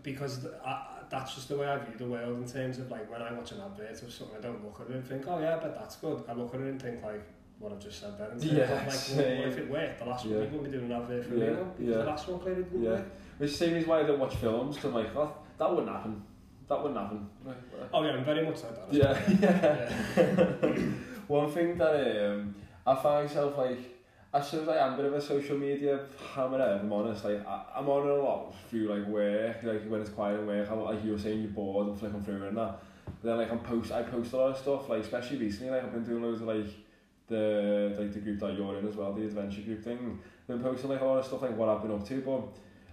[SPEAKER 2] because th- I, I- that's just the way I view the world in terms of like when I watch an advert or something I don't look at it and think oh yeah but that's good I look at it and think like what I've just said there and
[SPEAKER 3] Yeah,
[SPEAKER 2] like well, what if
[SPEAKER 3] same.
[SPEAKER 2] it worked the last
[SPEAKER 3] Yeah.
[SPEAKER 2] one people would be doing an advert for
[SPEAKER 3] Yeah,
[SPEAKER 2] me now because
[SPEAKER 3] yeah.
[SPEAKER 2] the last one clearly didn't
[SPEAKER 3] Yeah.
[SPEAKER 2] work
[SPEAKER 3] Which is the same reason why I don't watch films. Cause I'm like that. That wouldn't happen. That wouldn't happen.
[SPEAKER 2] oh yeah I'm very much like that I
[SPEAKER 3] Yeah.
[SPEAKER 2] Yeah.
[SPEAKER 3] One thing that um, I find myself like, as soon as I am a bit of a social media hammerhead, if I'm honest, like I, I'm on it a lot through like work, like when it's quiet at work, I'm, like you were saying, you're bored and flicking through it and that. But then like I'm post, I post a lot of stuff, like especially recently, like I've been doing loads of like the like the group that you're in as well, the adventure group thing. Been posting like a lot of stuff like what I've been up to, but.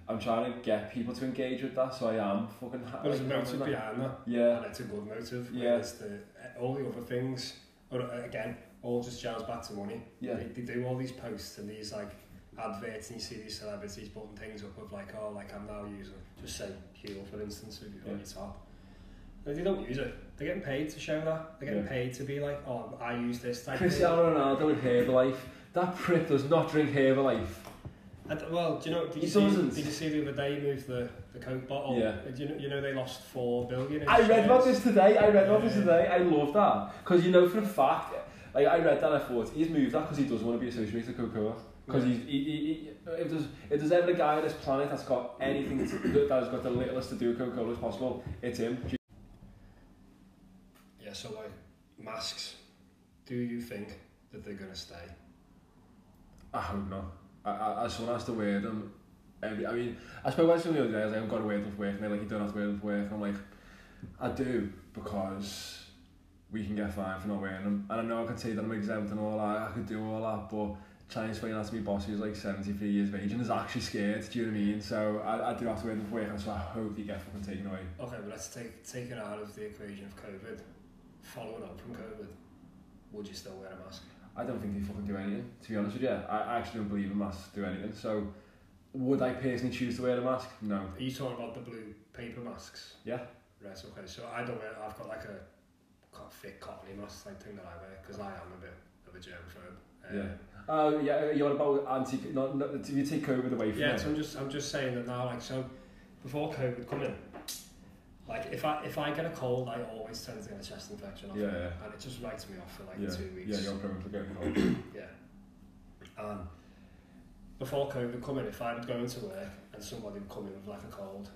[SPEAKER 3] I'm trying to get people to engage with that, so I am fucking. ha-
[SPEAKER 2] But there's a
[SPEAKER 3] like,
[SPEAKER 2] motive
[SPEAKER 3] hammering that.
[SPEAKER 2] behind that,
[SPEAKER 3] Yeah,
[SPEAKER 2] and it's a good motive.
[SPEAKER 3] Yeah.
[SPEAKER 2] Yeah. The, uh, all the other things, or uh, again, all just jars back to money.
[SPEAKER 3] yeah,
[SPEAKER 2] They, they do all these posts and these like adverts, and you see these celebrities putting things up of like, oh, like I'm now using, just say Huel for instance, if you're on
[SPEAKER 3] Yeah.
[SPEAKER 2] your top. And they don't use it. They're getting paid to show that. They're getting
[SPEAKER 3] Yeah.
[SPEAKER 2] paid to be like, oh, I use this type of thing.
[SPEAKER 3] Cristiano Ronaldo with Herbalife. That prick does not drink Herbalife.
[SPEAKER 2] I d- well, do you know? Did you,
[SPEAKER 3] He
[SPEAKER 2] see,
[SPEAKER 3] doesn't.
[SPEAKER 2] did you see the other day he moved the, the Coke bottle? Uh,
[SPEAKER 3] Yeah.
[SPEAKER 2] Do you know, you know they lost four billion. in
[SPEAKER 3] I read about
[SPEAKER 2] shares?
[SPEAKER 3] this today. I read about this today. I love that because you know for a fact. Like I read that, I thought he's moved that because he doesn't want to be associated with Coca-Cola. Because
[SPEAKER 2] Yeah.
[SPEAKER 3] he's he, he, he, if there's if there's ever a guy on this planet that's got anything to, that has got the littlest to do with Coca-Cola as possible, it's him.
[SPEAKER 2] Yeah, so like masks, do you think that they're gonna stay?
[SPEAKER 3] I hope not. I, I, as someone has to wear them, um, every, I mean, I spoke about something the other day, I was like, I've got to wear them for work, and they're like, you don't have to wear them for work. I'm like, I do, because we can get fined for not wearing them. And I know I could say that I'm exempt and all that, I could do all that, but trying to explain that to my boss who's like 73 years of age and is actually scared, do you know what I mean? So I, I do have to wear them for work, and so I hope they get fucking taken away.
[SPEAKER 2] Okay, but let's take take it out of the equation of COVID. Following on from COVID, would you still wear a mask?
[SPEAKER 3] I don't think they fucking do anything, to be honest with you. I, I actually don't believe in masks do anything, so would I personally choose to wear a mask? No.
[SPEAKER 2] Are you talking about the blue paper masks?
[SPEAKER 3] Yeah.
[SPEAKER 2] Right. Okay. So I don't wear. I've got like a co- thick cottony mask like thing that I wear because I am a bit of a germaphobe. Um,
[SPEAKER 3] Yeah. Oh yeah, you're on about anti. Not, not, do you take COVID away from
[SPEAKER 2] Yeah,
[SPEAKER 3] it?
[SPEAKER 2] so I'm just I'm just saying that now. Like so, before COVID come in, like if I if I get a cold, I always tend to get a chest infection. Off
[SPEAKER 3] Yeah,
[SPEAKER 2] it,
[SPEAKER 3] yeah.
[SPEAKER 2] and it just writes me off for like
[SPEAKER 3] yeah.
[SPEAKER 2] two
[SPEAKER 3] Yeah,
[SPEAKER 2] weeks.
[SPEAKER 3] you're prone to getting cold.
[SPEAKER 2] yeah. Um, before COVID come in, if I would go into work and somebody would come in with like a cold,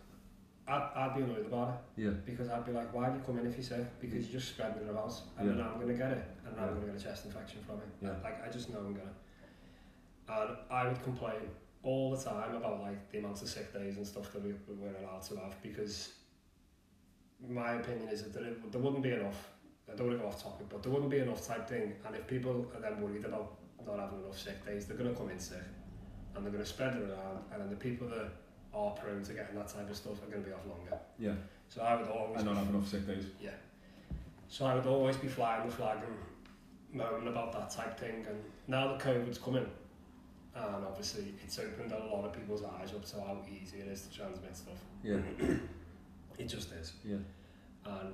[SPEAKER 2] I'd, I'd be annoyed about it
[SPEAKER 3] yeah,
[SPEAKER 2] because I'd be like, why are you coming if you're sick? Because you're just spreading it about, and
[SPEAKER 3] Yeah.
[SPEAKER 2] then I'm gonna get it, and
[SPEAKER 3] Yeah.
[SPEAKER 2] I'm gonna get a chest infection from it.
[SPEAKER 3] Yeah.
[SPEAKER 2] Like I just know I'm gonna. And I would complain all the time about like the amount of sick days and stuff that we, we were allowed to have because my opinion is that there, there wouldn't be enough. I don't want to go off topic, but there wouldn't be enough type thing. And if people are then worried about not having enough sick days, they're going to come in sick and they're going to spread it around. And then the people that are prone to getting that type of stuff are going to be off longer.
[SPEAKER 3] Yeah.
[SPEAKER 2] So I would always
[SPEAKER 3] And not have enough sick days.
[SPEAKER 2] Yeah. So I would always be flying the flag and moaning about that type thing. And now that COVID's coming, and obviously it's opened a lot of people's eyes up to how easy it is to transmit stuff.
[SPEAKER 3] Yeah.
[SPEAKER 2] It just is.
[SPEAKER 3] Yeah.
[SPEAKER 2] And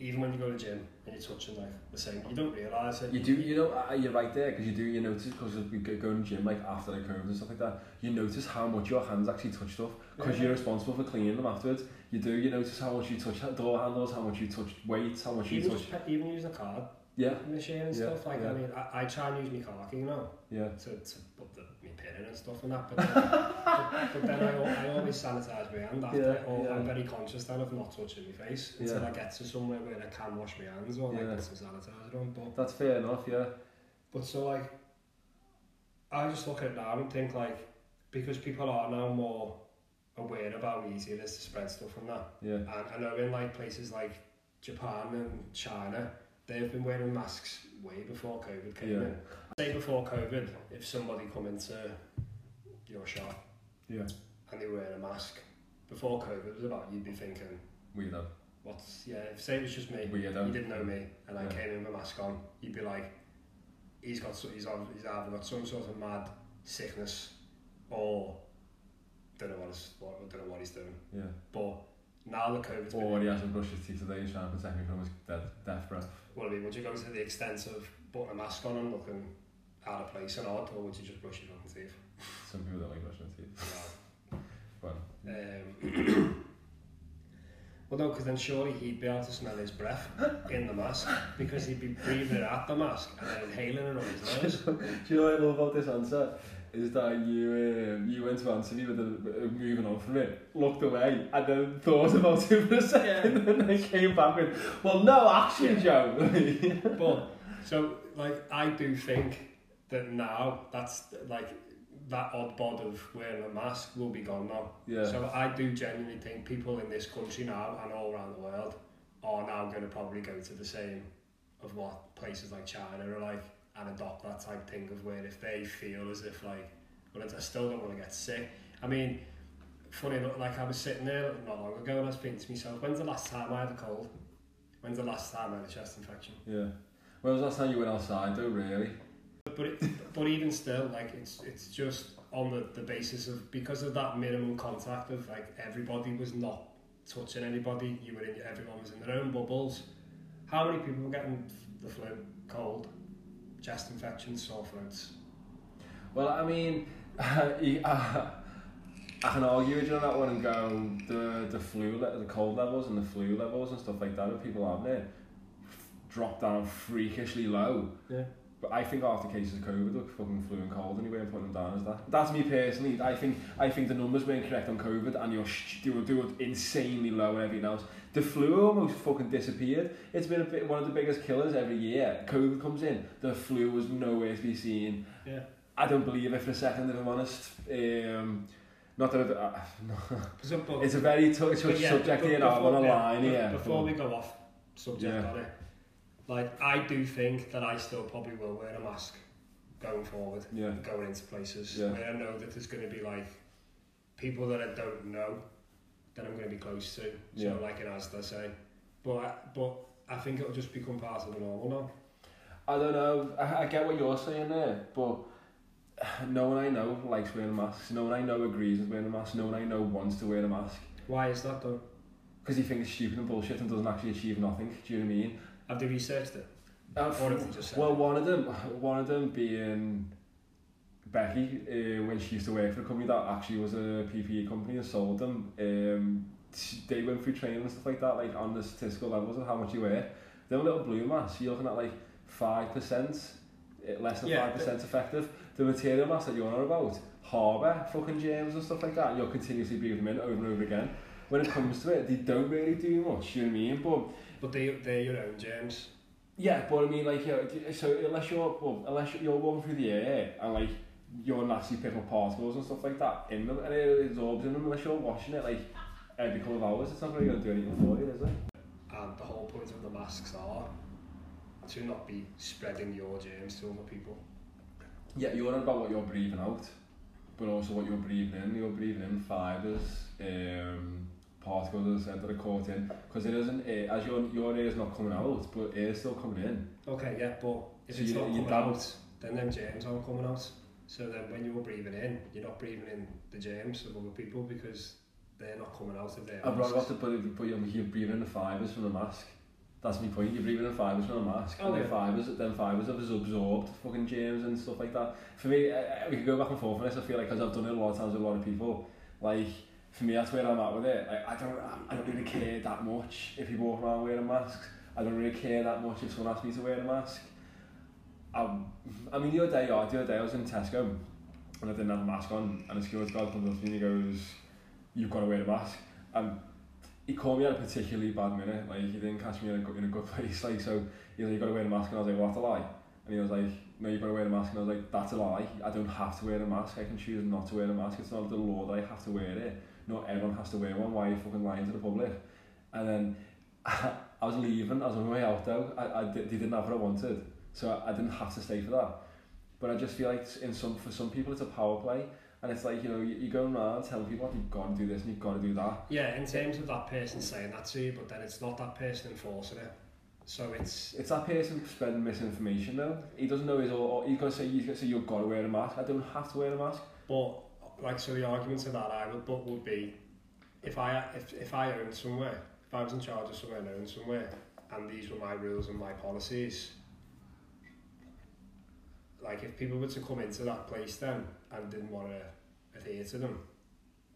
[SPEAKER 2] even when you go to the gym and you're touching like the same, you don't realise it.
[SPEAKER 3] You do, you know, uh, you're right there because you do, you notice because we go going to the gym like after the curves and stuff like that. You notice how much your hands actually touch stuff because
[SPEAKER 2] Yeah.
[SPEAKER 3] you're responsible for cleaning them afterwards. You do, you notice how much you touch ha- door handles, how much you touch weights, how much you
[SPEAKER 2] Even,
[SPEAKER 3] touch.
[SPEAKER 2] just, even using a card
[SPEAKER 3] Yeah,
[SPEAKER 2] machine and
[SPEAKER 3] Yeah,
[SPEAKER 2] stuff like
[SPEAKER 3] yeah.
[SPEAKER 2] I mean, I, I try and use my car key, you know,
[SPEAKER 3] yeah,
[SPEAKER 2] to, to put the, my pin in and stuff and that. But then, but, but then I, al- I always sanitise my hand after,
[SPEAKER 3] Yeah,
[SPEAKER 2] or I'm
[SPEAKER 3] yeah.
[SPEAKER 2] very conscious then of not touching my face until
[SPEAKER 3] Yeah.
[SPEAKER 2] I get to somewhere where I can wash my hands or
[SPEAKER 3] Yeah.
[SPEAKER 2] like put some sanitiser on. But
[SPEAKER 3] that's fair enough. Yeah,
[SPEAKER 2] But so like, I just look at it now and think like, because people are now more aware about how easy it is to spread stuff from that.
[SPEAKER 3] yeah,
[SPEAKER 2] And I know in like places like Japan and China, they've been wearing masks way before COVID came
[SPEAKER 3] Yeah.
[SPEAKER 2] in. Say before COVID, if somebody come into your shop
[SPEAKER 3] yeah.
[SPEAKER 2] and they were wearing a mask, before COVID was about, you'd be thinking,
[SPEAKER 3] Weirdo,
[SPEAKER 2] what's, yeah, if say it was just me,
[SPEAKER 3] weirdo.
[SPEAKER 2] you didn't know me, and I
[SPEAKER 3] Yeah.
[SPEAKER 2] came in with a mask on, you'd be like, he's got so- he's on he's either got some sort of mad sickness, or don't know what he's what, don't know what he's doing.
[SPEAKER 3] Yeah.
[SPEAKER 2] But now that COVID's been,
[SPEAKER 3] Or Oh, he hasn't brushed his teeth today, he's trying to protect me from his death, death breath.
[SPEAKER 2] well, I mean, would you go to the extent of putting a mask on and looking out of place and odd, or would you just brush your fucking teeth?
[SPEAKER 3] Some people don't like brushing their teeth. Well,
[SPEAKER 2] Um, well, no, because then surely he'd be able to smell his breath in the mask because he'd be breathing it out the mask and then inhaling it on his nose.
[SPEAKER 3] Do you know what I love about this answer? Is that you um, you went to answer me with a, uh, moving on from it, looked away, and then thought about it for a second, and then came back with, well, no, actually, Joe.
[SPEAKER 2] But so like I do think that now that's like that odd bod of wearing a mask will be gone now.
[SPEAKER 3] Yeah.
[SPEAKER 2] So I do genuinely think people in this country now and all around the world are now going to probably go to the same of what places like China are like and adopt that type thing of where if they feel as if like well I still don't want to get sick. I mean, funny enough, like I was sitting there not long ago and I was thinking to myself, when's the last time I had a cold? When's the last time I had a chest infection?
[SPEAKER 3] yeah. When was the last time you went outside, though, really?
[SPEAKER 2] But it, but even still, like it's it's just on the, the basis of because of that minimum contact of like everybody was not touching anybody. You were in everyone was in their own bubbles. How many people were getting the flu, cold, chest infections, sore throats?
[SPEAKER 3] Well, I mean, you- uh, I can argue with you on that one and go the the flu, le- the cold levels and the flu levels and stuff like that of people out there drop down freakishly low.
[SPEAKER 2] Yeah.
[SPEAKER 3] But I think after cases of COVID, look, fucking flu and cold anyway, and putting them down as that. That's me personally. I think I think the numbers were incorrect on COVID, and you're sh- they were, they were insanely low and everything else. The flu almost fucking disappeared. It's been a bit, one of the biggest killers every year. COVID comes in, the flu was nowhere to be seen.
[SPEAKER 2] Yeah.
[SPEAKER 3] I don't believe it for a second, if I'm honest. Um, not that it, uh, no.
[SPEAKER 2] So, but,
[SPEAKER 3] it's a very tou- touchy
[SPEAKER 2] but yeah,
[SPEAKER 3] subject
[SPEAKER 2] but
[SPEAKER 3] here, now. I
[SPEAKER 2] before-
[SPEAKER 3] want to
[SPEAKER 2] yeah,
[SPEAKER 3] line
[SPEAKER 2] but
[SPEAKER 3] here.
[SPEAKER 2] Before we go off subject
[SPEAKER 3] Yeah.
[SPEAKER 2] on it, like I do think that I still probably will wear a mask going forward.
[SPEAKER 3] Yeah,
[SPEAKER 2] going into places
[SPEAKER 3] Yeah.
[SPEAKER 2] where I know that there's going to be like people that I don't know that I'm going to be close to. So
[SPEAKER 3] Yeah.
[SPEAKER 2] like in Asda say, but I, but I think it'll just become part of the normal now.
[SPEAKER 3] I don't know. I, I get what you're saying there, but no one I know likes wearing masks. No one I know agrees with wearing a mask. No one I know wants to wear a mask
[SPEAKER 2] Why is that though?
[SPEAKER 3] because he thinks it's stupid and bullshit and doesn't actually achieve nothing. Do you know what I mean?
[SPEAKER 2] Have they researched it?
[SPEAKER 3] Uh,
[SPEAKER 2] Or have they just said?
[SPEAKER 3] Well,
[SPEAKER 2] it?
[SPEAKER 3] one of them, one of them being Becky, uh, when she used to work for a company that actually was a PPE company and sold them, um, she, they went through training and stuff like that, like on the statistical levels of how much you wear. Them little blue mass, you're looking at like five percent, eh, less than five
[SPEAKER 2] Yeah,
[SPEAKER 3] percent effective. The material mass that you're on about harbour fucking germs and stuff like that. And you're continuously breathing them in over and over again. When it comes to it, they don't really do much. You know what I mean? But
[SPEAKER 2] but they they're your own germs.
[SPEAKER 3] Yeah, but I mean, like, you know, d- so unless you're, well, unless you're- you're walking through the air and like you're nasty picking up particles and stuff like that in them, and it absorbs in them unless you're washing it like every couple of hours, it's not really going to do anything for you, is it?
[SPEAKER 2] things with the masks are to not be spreading your germs to other people.
[SPEAKER 3] Yeah, you're on about what you're breathing out, but also what you're breathing in. You're breathing in fibres, um, particles that are caught in. Because it isn't air, as your, your air is not coming out, but air's still coming in.
[SPEAKER 2] Okay, yeah, but if
[SPEAKER 3] So
[SPEAKER 2] it's
[SPEAKER 3] you-
[SPEAKER 2] not
[SPEAKER 3] you
[SPEAKER 2] coming
[SPEAKER 3] don't-
[SPEAKER 2] out, then them germs aren't coming out. So then when you're breathing in, you're not breathing in the germs of other people because they're not coming out of their
[SPEAKER 3] I've
[SPEAKER 2] masks.
[SPEAKER 3] got to put it, but you're, you're breathing in the fibres from the mask. That's my point. er You're breathing in fibres from the mask,
[SPEAKER 2] Oh,
[SPEAKER 3] and
[SPEAKER 2] yeah.
[SPEAKER 3] then fibres, then fibres have absorbed fucking germs and stuff like that. For me, I, I- we could go back and forth on this. I feel like because I've done it a lot of times with a lot of people. Like for me, that's where I'm at with it. Like I don't, I- I don't really care that much if people walk around wearing masks. I don't really care that much if someone asks me to wear a mask. I, I mean, the other day, yeah, the other day I was in Tesco and I didn't have a mask on, and a security guard comes up to me and he goes, "You've got to wear a mask." Um, And he caught me at a particularly bad minute. Like he didn't catch me in a good, in a good place. Like so, he was like, "You've got to wear a mask," and I was like, "What a lie!" And he was like, "No, you've got to wear a mask," and I was like, "That's a lie. I don't have to wear a mask. I can choose not to wear a mask. It's not the law that I have to wear it. Not everyone has to wear one. Why are you fucking lying to the public?" And then I, was leaving. I was on my way out though. I, I di- they didn't have what I wanted, so I, I didn't have to stay for that. But I just feel like in some for some people it's a power play, and it's like you know you, you go around telling people like, you've got to do this and you've got to do that.
[SPEAKER 2] Yeah, in terms of that person saying that to you, but then it's not that person enforcing it. So it's
[SPEAKER 3] It's that person spreading misinformation though. He doesn't know his or, or he's gonna say he's gonna say you've got to wear a mask. I don't have to wear a mask.
[SPEAKER 2] but like so the argument to that I would but would be if I if if I owned somewhere, if I was in charge of somewhere and owned somewhere, and these were my rules and my policies. Like if people were to come into that place then and didn't want to adhere to them,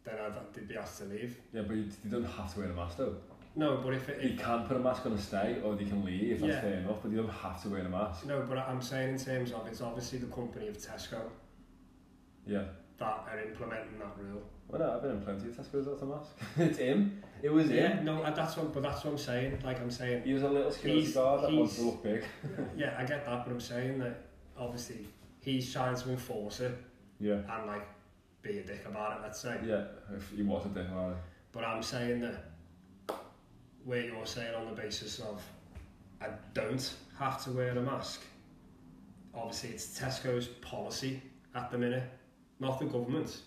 [SPEAKER 2] then I'd they'd be asked to leave.
[SPEAKER 3] Yeah, but you, you don't have to wear a mask though.
[SPEAKER 2] No, but if it,
[SPEAKER 3] You can put a mask on and stay, or they can leave. That's
[SPEAKER 2] Yeah.
[SPEAKER 3] fair enough. But you don't have to wear a mask.
[SPEAKER 2] no, but I'm saying in terms of it's obviously the company of Tesco
[SPEAKER 3] Yeah.
[SPEAKER 2] that are implementing that rule.
[SPEAKER 3] Well, no, I've been in plenty of Tesco's without a mask. it's him. It was
[SPEAKER 2] Yeah,
[SPEAKER 3] him.
[SPEAKER 2] no, I- that's what, but that's what I'm saying. Like I'm saying,
[SPEAKER 3] He was a little security
[SPEAKER 2] He's-
[SPEAKER 3] guard that wants to
[SPEAKER 2] he's-
[SPEAKER 3] look big.
[SPEAKER 2] yeah, I get that, but I'm saying that obviously he's trying to enforce it
[SPEAKER 3] Yeah.
[SPEAKER 2] and like be a dick about it. Let's say,
[SPEAKER 3] Yeah. If he was a dick, I
[SPEAKER 2] but I'm saying that where you're saying on the basis of I don't have to wear a mask. Obviously, it's Tesco's policy at the minute, not the government.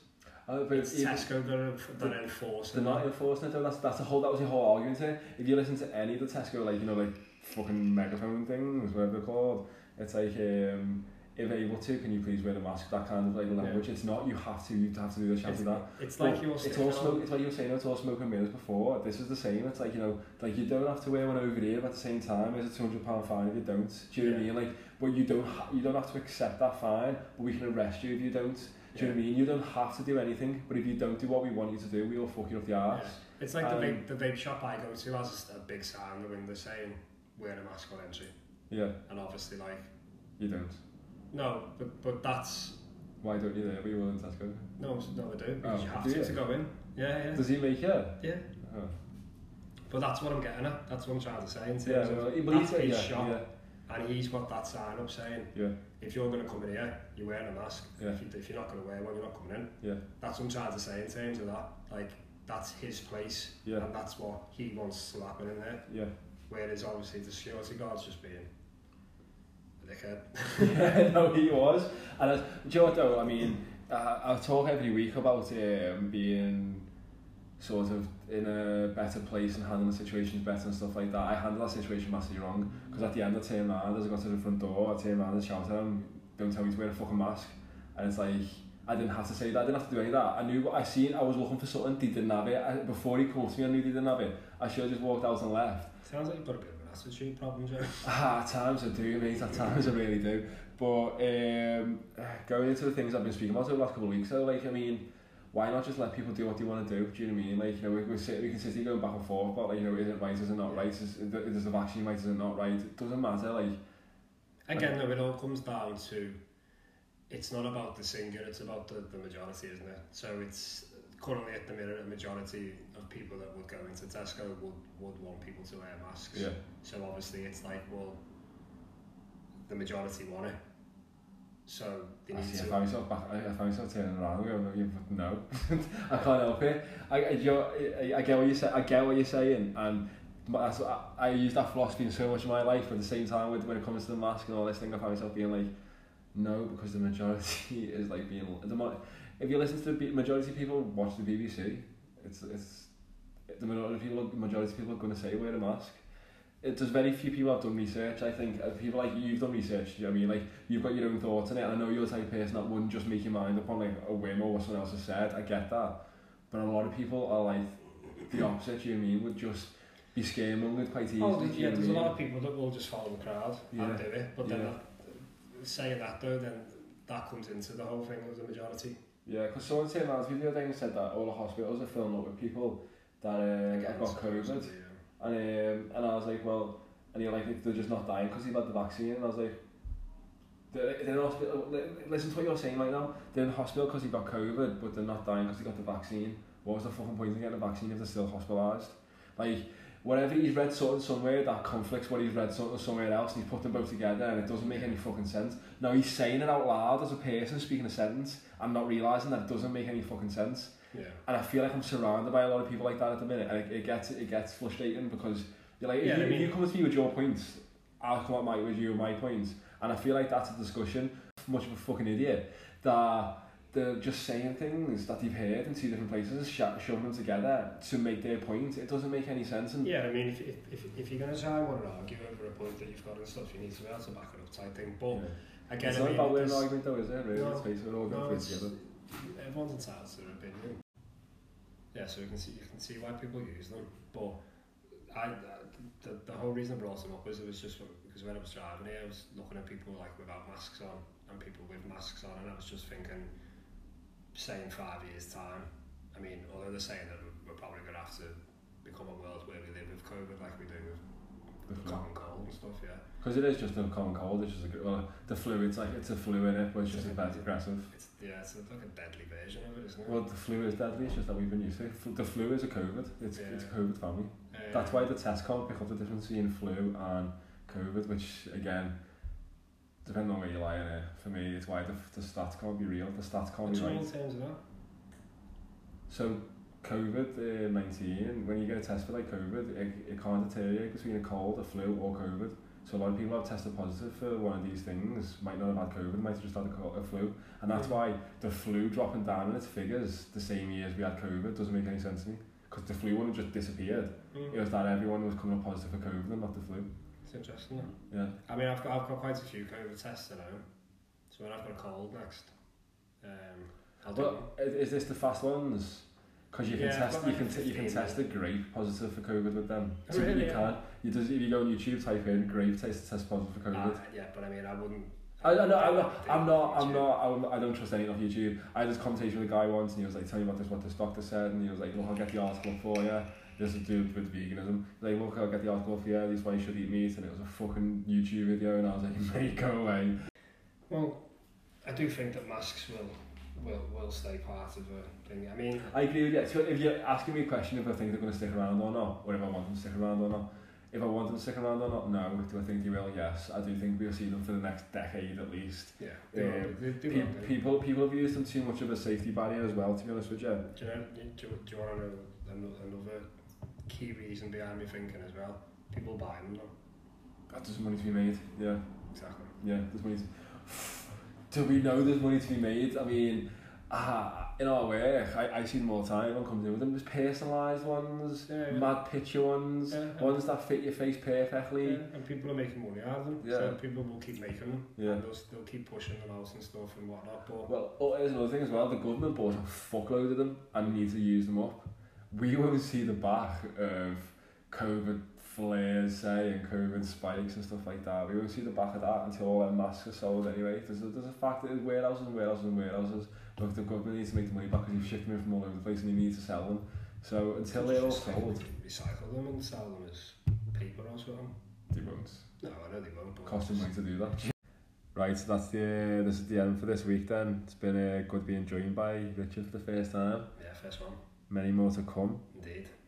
[SPEAKER 3] Oh, but
[SPEAKER 2] It's
[SPEAKER 3] even-
[SPEAKER 2] Tesco that are, that are
[SPEAKER 3] They're
[SPEAKER 2] enforcing.
[SPEAKER 3] not
[SPEAKER 2] it.
[SPEAKER 3] enforcing it though. That's that's the whole that was the whole argument here. If you listen to any of the Tesco like you know like fucking megaphone things, whatever they're called, it's like um, if able to, can you please wear a mask? That kind of like language. It's not you have to. You have to do this. You have to do that.
[SPEAKER 2] It's like
[SPEAKER 3] But
[SPEAKER 2] you're
[SPEAKER 3] it's
[SPEAKER 2] sticking
[SPEAKER 3] all
[SPEAKER 2] on-
[SPEAKER 3] smoke. It's like you were saying. It's all smoke and mirrors before. This is the same. It's like you know, like you don't have to wear one over here. But at the same time, there's a two hundred pound fine if you don't. Do you know what I
[SPEAKER 2] Yeah.
[SPEAKER 3] mean? Like, but you don't. Ha- you don't have to accept that fine. But we can arrest you if you don't. Do you know what I mean? You don't have to do anything. But if you don't do what we want you to do, we will fuck you up the arse.
[SPEAKER 2] Yeah. It's like the
[SPEAKER 3] Um,
[SPEAKER 2] big the vape shop I go to has a big sign on the window saying wear a mask on entry,
[SPEAKER 3] Yeah.
[SPEAKER 2] and obviously like
[SPEAKER 3] you don't.
[SPEAKER 2] no, but but that's
[SPEAKER 3] Why don't you? There, we will in Tesco.
[SPEAKER 2] no, it's not they do because
[SPEAKER 3] Oh,
[SPEAKER 2] you have
[SPEAKER 3] do
[SPEAKER 2] to
[SPEAKER 3] you?
[SPEAKER 2] to go in. Yeah, yeah,
[SPEAKER 3] Does he make it?
[SPEAKER 2] yeah.
[SPEAKER 3] Oh.
[SPEAKER 2] But that's what I'm getting at. That's what I'm trying to say in terms
[SPEAKER 3] Yeah,
[SPEAKER 2] of
[SPEAKER 3] well, he believes
[SPEAKER 2] that's
[SPEAKER 3] it.
[SPEAKER 2] his
[SPEAKER 3] Yeah,
[SPEAKER 2] shop,
[SPEAKER 3] yeah,
[SPEAKER 2] and he's got that sign up saying
[SPEAKER 3] yeah,
[SPEAKER 2] if you're going to come in here, you're wearing a mask.
[SPEAKER 3] Yeah.
[SPEAKER 2] If, you, if you're not going to wear one, you're not coming in.
[SPEAKER 3] yeah,
[SPEAKER 2] That's what I'm trying to say in terms of that. Like that's his place,
[SPEAKER 3] Yeah.
[SPEAKER 2] and that's what he wants to happen in there.
[SPEAKER 3] yeah.
[SPEAKER 2] Whereas obviously the security guard's just being a dickhead.
[SPEAKER 3] yeah, no, he was. And as, do you know what though? I mean, I, I talk every week about um, being sort of in a better place and handling situations better and stuff like that. I handled that situation massively wrong because at the end I turned around as I got to the front door, I turned around and shouted at him, "Don't tell me to wear a fucking mask." And it's like. I didn't have to say that. I didn't have to do any of that. I knew what I seen. I was looking for something. They didn't have it. I, before he called me, I knew they didn't have it. I should have just walked out and left.
[SPEAKER 2] Sounds like you've got a bit of an attitude problem, Joe.
[SPEAKER 3] Ah, at times I do, mate. At times I really do. But um, going into the things I've been speaking about over the last couple of weeks, though, like, I mean, why not just let people do what they want to do? Do you know what I mean? Like, you know, we, we, sit, we can sit here going back and forth about, like, you know, is it right, is it not right? Is, is the vaccine right, is it not right? It doesn't matter. Like,
[SPEAKER 2] Again, though, it all comes down to it's not about the singer, it's about the, the majority, isn't it? So it's currently at the minute a majority of people that would go into Tesco would, would want people to wear masks.
[SPEAKER 3] yeah,
[SPEAKER 2] So obviously it's like, well, the majority want it. So they
[SPEAKER 3] I,
[SPEAKER 2] need
[SPEAKER 3] see, I
[SPEAKER 2] to.
[SPEAKER 3] found myself back, I, I found myself turning around and going, no, I can't help it. I, I, you're, I, I get what you're saying. I get what you're saying, and my- that's, I, I use that philosophy in so much of my life, but at the same time, with, when it comes to the mask and all this thing, I find myself being like, no, because the majority is like being. The, mo- if you listen to the B- majority of people watch the BBC, it's it's the majority of people majority of people are going to say wear a mask. It, there's very few people have done research. I think uh, people like you, you've done research. do You know what I mean, like you've got your own thoughts on it. And I know you're the type of person that wouldn't just make your mind up on like a whim or what someone else has said. I get that, but a lot of people are like the opposite. do You know what I mean would just be scaremongered quite easily.
[SPEAKER 2] Oh,
[SPEAKER 3] do
[SPEAKER 2] there's,
[SPEAKER 3] you
[SPEAKER 2] yeah,
[SPEAKER 3] know what
[SPEAKER 2] there's
[SPEAKER 3] I
[SPEAKER 2] a
[SPEAKER 3] mean?
[SPEAKER 2] lot of people that will just follow the crowd
[SPEAKER 3] Yeah.
[SPEAKER 2] and do it, but then
[SPEAKER 3] Yeah.
[SPEAKER 2] that, saying that though, then that comes into the whole thing of the majority.
[SPEAKER 3] Yeah, because someone said that the other day and said that all the hospitals are filling up with people that um, have got COVID. And um, and I was like, well, and you're like, they're just not dying because they've had the vaccine. And I was like, they're, they're in hospital. li- Listen to what you're saying right now. They're in hospital because they got COVID, but they're not dying because they got the vaccine. What was the fucking point in getting a vaccine if they're still hospitalised? Like, whatever he's read something somewhere that conflicts what he's read something somewhere else, and he's put them both together, and it doesn't make any fucking sense. Now he's saying it out loud as a person speaking a sentence. I'm not realising that it doesn't make any fucking sense
[SPEAKER 2] Yeah.
[SPEAKER 3] and I feel like I'm surrounded by a lot of people like that at the minute, and it, it gets it gets frustrating because you're like, if,
[SPEAKER 2] Yeah,
[SPEAKER 3] you,
[SPEAKER 2] I
[SPEAKER 3] if
[SPEAKER 2] mean-
[SPEAKER 3] you come to me with your points, I'll come at my with you and my points, and I feel like that's a discussion. Much of a fucking idiot that they're just saying things that they've heard in two different places, sh- shoving them together to make their point. It doesn't make any sense, and
[SPEAKER 2] Yeah, I mean, if, if, if, if you're going to try and want to argue over a point that you've got and stuff, you need to be able to back it up type thing. But
[SPEAKER 3] Yeah.
[SPEAKER 2] again,
[SPEAKER 3] it's
[SPEAKER 2] I
[SPEAKER 3] not
[SPEAKER 2] mean,
[SPEAKER 3] about winning an
[SPEAKER 2] there's-
[SPEAKER 3] argument though, is it? Really,
[SPEAKER 2] No.
[SPEAKER 3] let's face it, we're all
[SPEAKER 2] No,
[SPEAKER 3] going
[SPEAKER 2] it's-
[SPEAKER 3] through it together.
[SPEAKER 2] everyone's entitled to their opinion. Yeah, so you can see you can see why people use them, but I, I- the, the whole reason I brought them up was it was just because when I was driving here, I was looking at people like without masks on and people with masks on, and I was just thinking, say in five years' time, I mean, although they're saying that we're- we're probably going to have to become a world where we live with COVID like we do with the common cold and stuff, yeah.
[SPEAKER 3] Because it is just a common cold. It's just a gr- well, the flu. It's like it's a flu in it, but it's just a bit aggressive.
[SPEAKER 2] It's yeah, it's like a deadly version of it, isn't it?
[SPEAKER 3] Well, the flu is deadly, it's just that we've been used to it. Fl- The flu is a COVID, it's, yeah. it's a
[SPEAKER 2] Yeah.
[SPEAKER 3] COVID family.
[SPEAKER 2] Um,
[SPEAKER 3] That's why the test can't pick up the difference between flu and COVID, which, again, depending on where you lie in it, for me, it's why the, the stats can't be real, the stats can't
[SPEAKER 2] What do
[SPEAKER 3] be
[SPEAKER 2] you mean
[SPEAKER 3] right.
[SPEAKER 2] in terms of that?
[SPEAKER 3] So, COVID uh, 19, when you get a test for like COVID, it, it can't deteriorate between a cold, a flu, or COVID. So, a lot of people have tested positive for one of these things, might not have had COVID, might have just had a, co- a flu. And that's why the flu dropping down in its figures the same year as we had COVID doesn't make any sense to me. Because the flu wouldn't just disappeared. It was that everyone was coming up positive for COVID and not the flu.
[SPEAKER 2] Hmm. It's interesting. Though.
[SPEAKER 3] Yeah.
[SPEAKER 2] I mean, I've got, I've got quite a few COVID tests at home. So when I've got a cold next, um, I'll do
[SPEAKER 3] But i- is this the fast ones? Because you can
[SPEAKER 2] Yeah,
[SPEAKER 3] test,
[SPEAKER 2] I've got
[SPEAKER 3] you
[SPEAKER 2] like
[SPEAKER 3] can t- you can
[SPEAKER 2] 15.
[SPEAKER 3] test the grape positive for COVID with them.
[SPEAKER 2] Oh,
[SPEAKER 3] So
[SPEAKER 2] really?
[SPEAKER 3] you can. You just if you go on YouTube, type in grape test test positive for
[SPEAKER 2] it.
[SPEAKER 3] COVID.
[SPEAKER 2] Ah, yeah, but I mean, I wouldn't.
[SPEAKER 3] I, I, no, I'm not.
[SPEAKER 2] do
[SPEAKER 3] I'm not. I'm
[SPEAKER 2] YouTube.
[SPEAKER 3] not. I'm, I don't trust any of YouTube. I had this conversation with a guy once, and he was like, "Tell me about this. What this doctor said," and he was like, "Look, I'll get the article up for you." This is dude with veganism. He's like, "Look, I'll get the article up for you. This is why you should eat meat." And it was a fucking YouTube video, and I was like, "Mate, go away."
[SPEAKER 2] Well, I do think that masks will will will stay part of a thing. I mean,
[SPEAKER 3] I agree with you. So if you're asking me a question if I think they're going to stick around or not, or if I want them to stick around or not, if I want them to stick around or not, no. Do I think they will? Yes. I do think we'll see them for the next decade at least.
[SPEAKER 2] yeah, Um, they will
[SPEAKER 3] Yeah.
[SPEAKER 2] do- they, they
[SPEAKER 3] Pe-
[SPEAKER 2] will do.
[SPEAKER 3] people people have used them too much of a safety barrier as well, to be honest with you.
[SPEAKER 2] Do you know? Do, you- do you want to know ano- another key reason behind me thinking as well? People buying them. though.
[SPEAKER 3] God, there's money to be made. Yeah,
[SPEAKER 2] Exactly.
[SPEAKER 3] yeah, there's money to... Do we know there's money to be made? I mean, ah, in our work, I, I see them all the time. Everyone comes in with them. There's personalised ones,
[SPEAKER 2] Yeah, yeah.
[SPEAKER 3] mad picture ones,
[SPEAKER 2] Yeah, yeah.
[SPEAKER 3] ones that fit your face perfectly.
[SPEAKER 2] Yeah, and people are making money out of them.
[SPEAKER 3] Yeah.
[SPEAKER 2] So people will keep making them.
[SPEAKER 3] Yeah.
[SPEAKER 2] And they'll, they'll keep pushing them out and stuff and whatnot. But
[SPEAKER 3] Well, oh, there's another thing as well. The government bought a fuckload of them and need to use them up. We won't see the back of COVID flares, say, and COVID spikes and stuff like that. We won't see the back of that until all our masks are sold anyway. There's a, there's a fact that warehouses and warehouses and warehouses. Look, the government needs to make the money back because you've shipped them in from all over the place and you need to sell them. So until they're all
[SPEAKER 2] Just
[SPEAKER 3] sold,
[SPEAKER 2] Recycle them and sell them as paper or something.
[SPEAKER 3] they won't.
[SPEAKER 2] No, I know they won't. But
[SPEAKER 3] cost them money to do that. Right, so that's the this is the end for this week then. It's been uh, good being joined by Richard for the first time.
[SPEAKER 2] Yeah, first one.
[SPEAKER 3] Many more to come.
[SPEAKER 2] Indeed.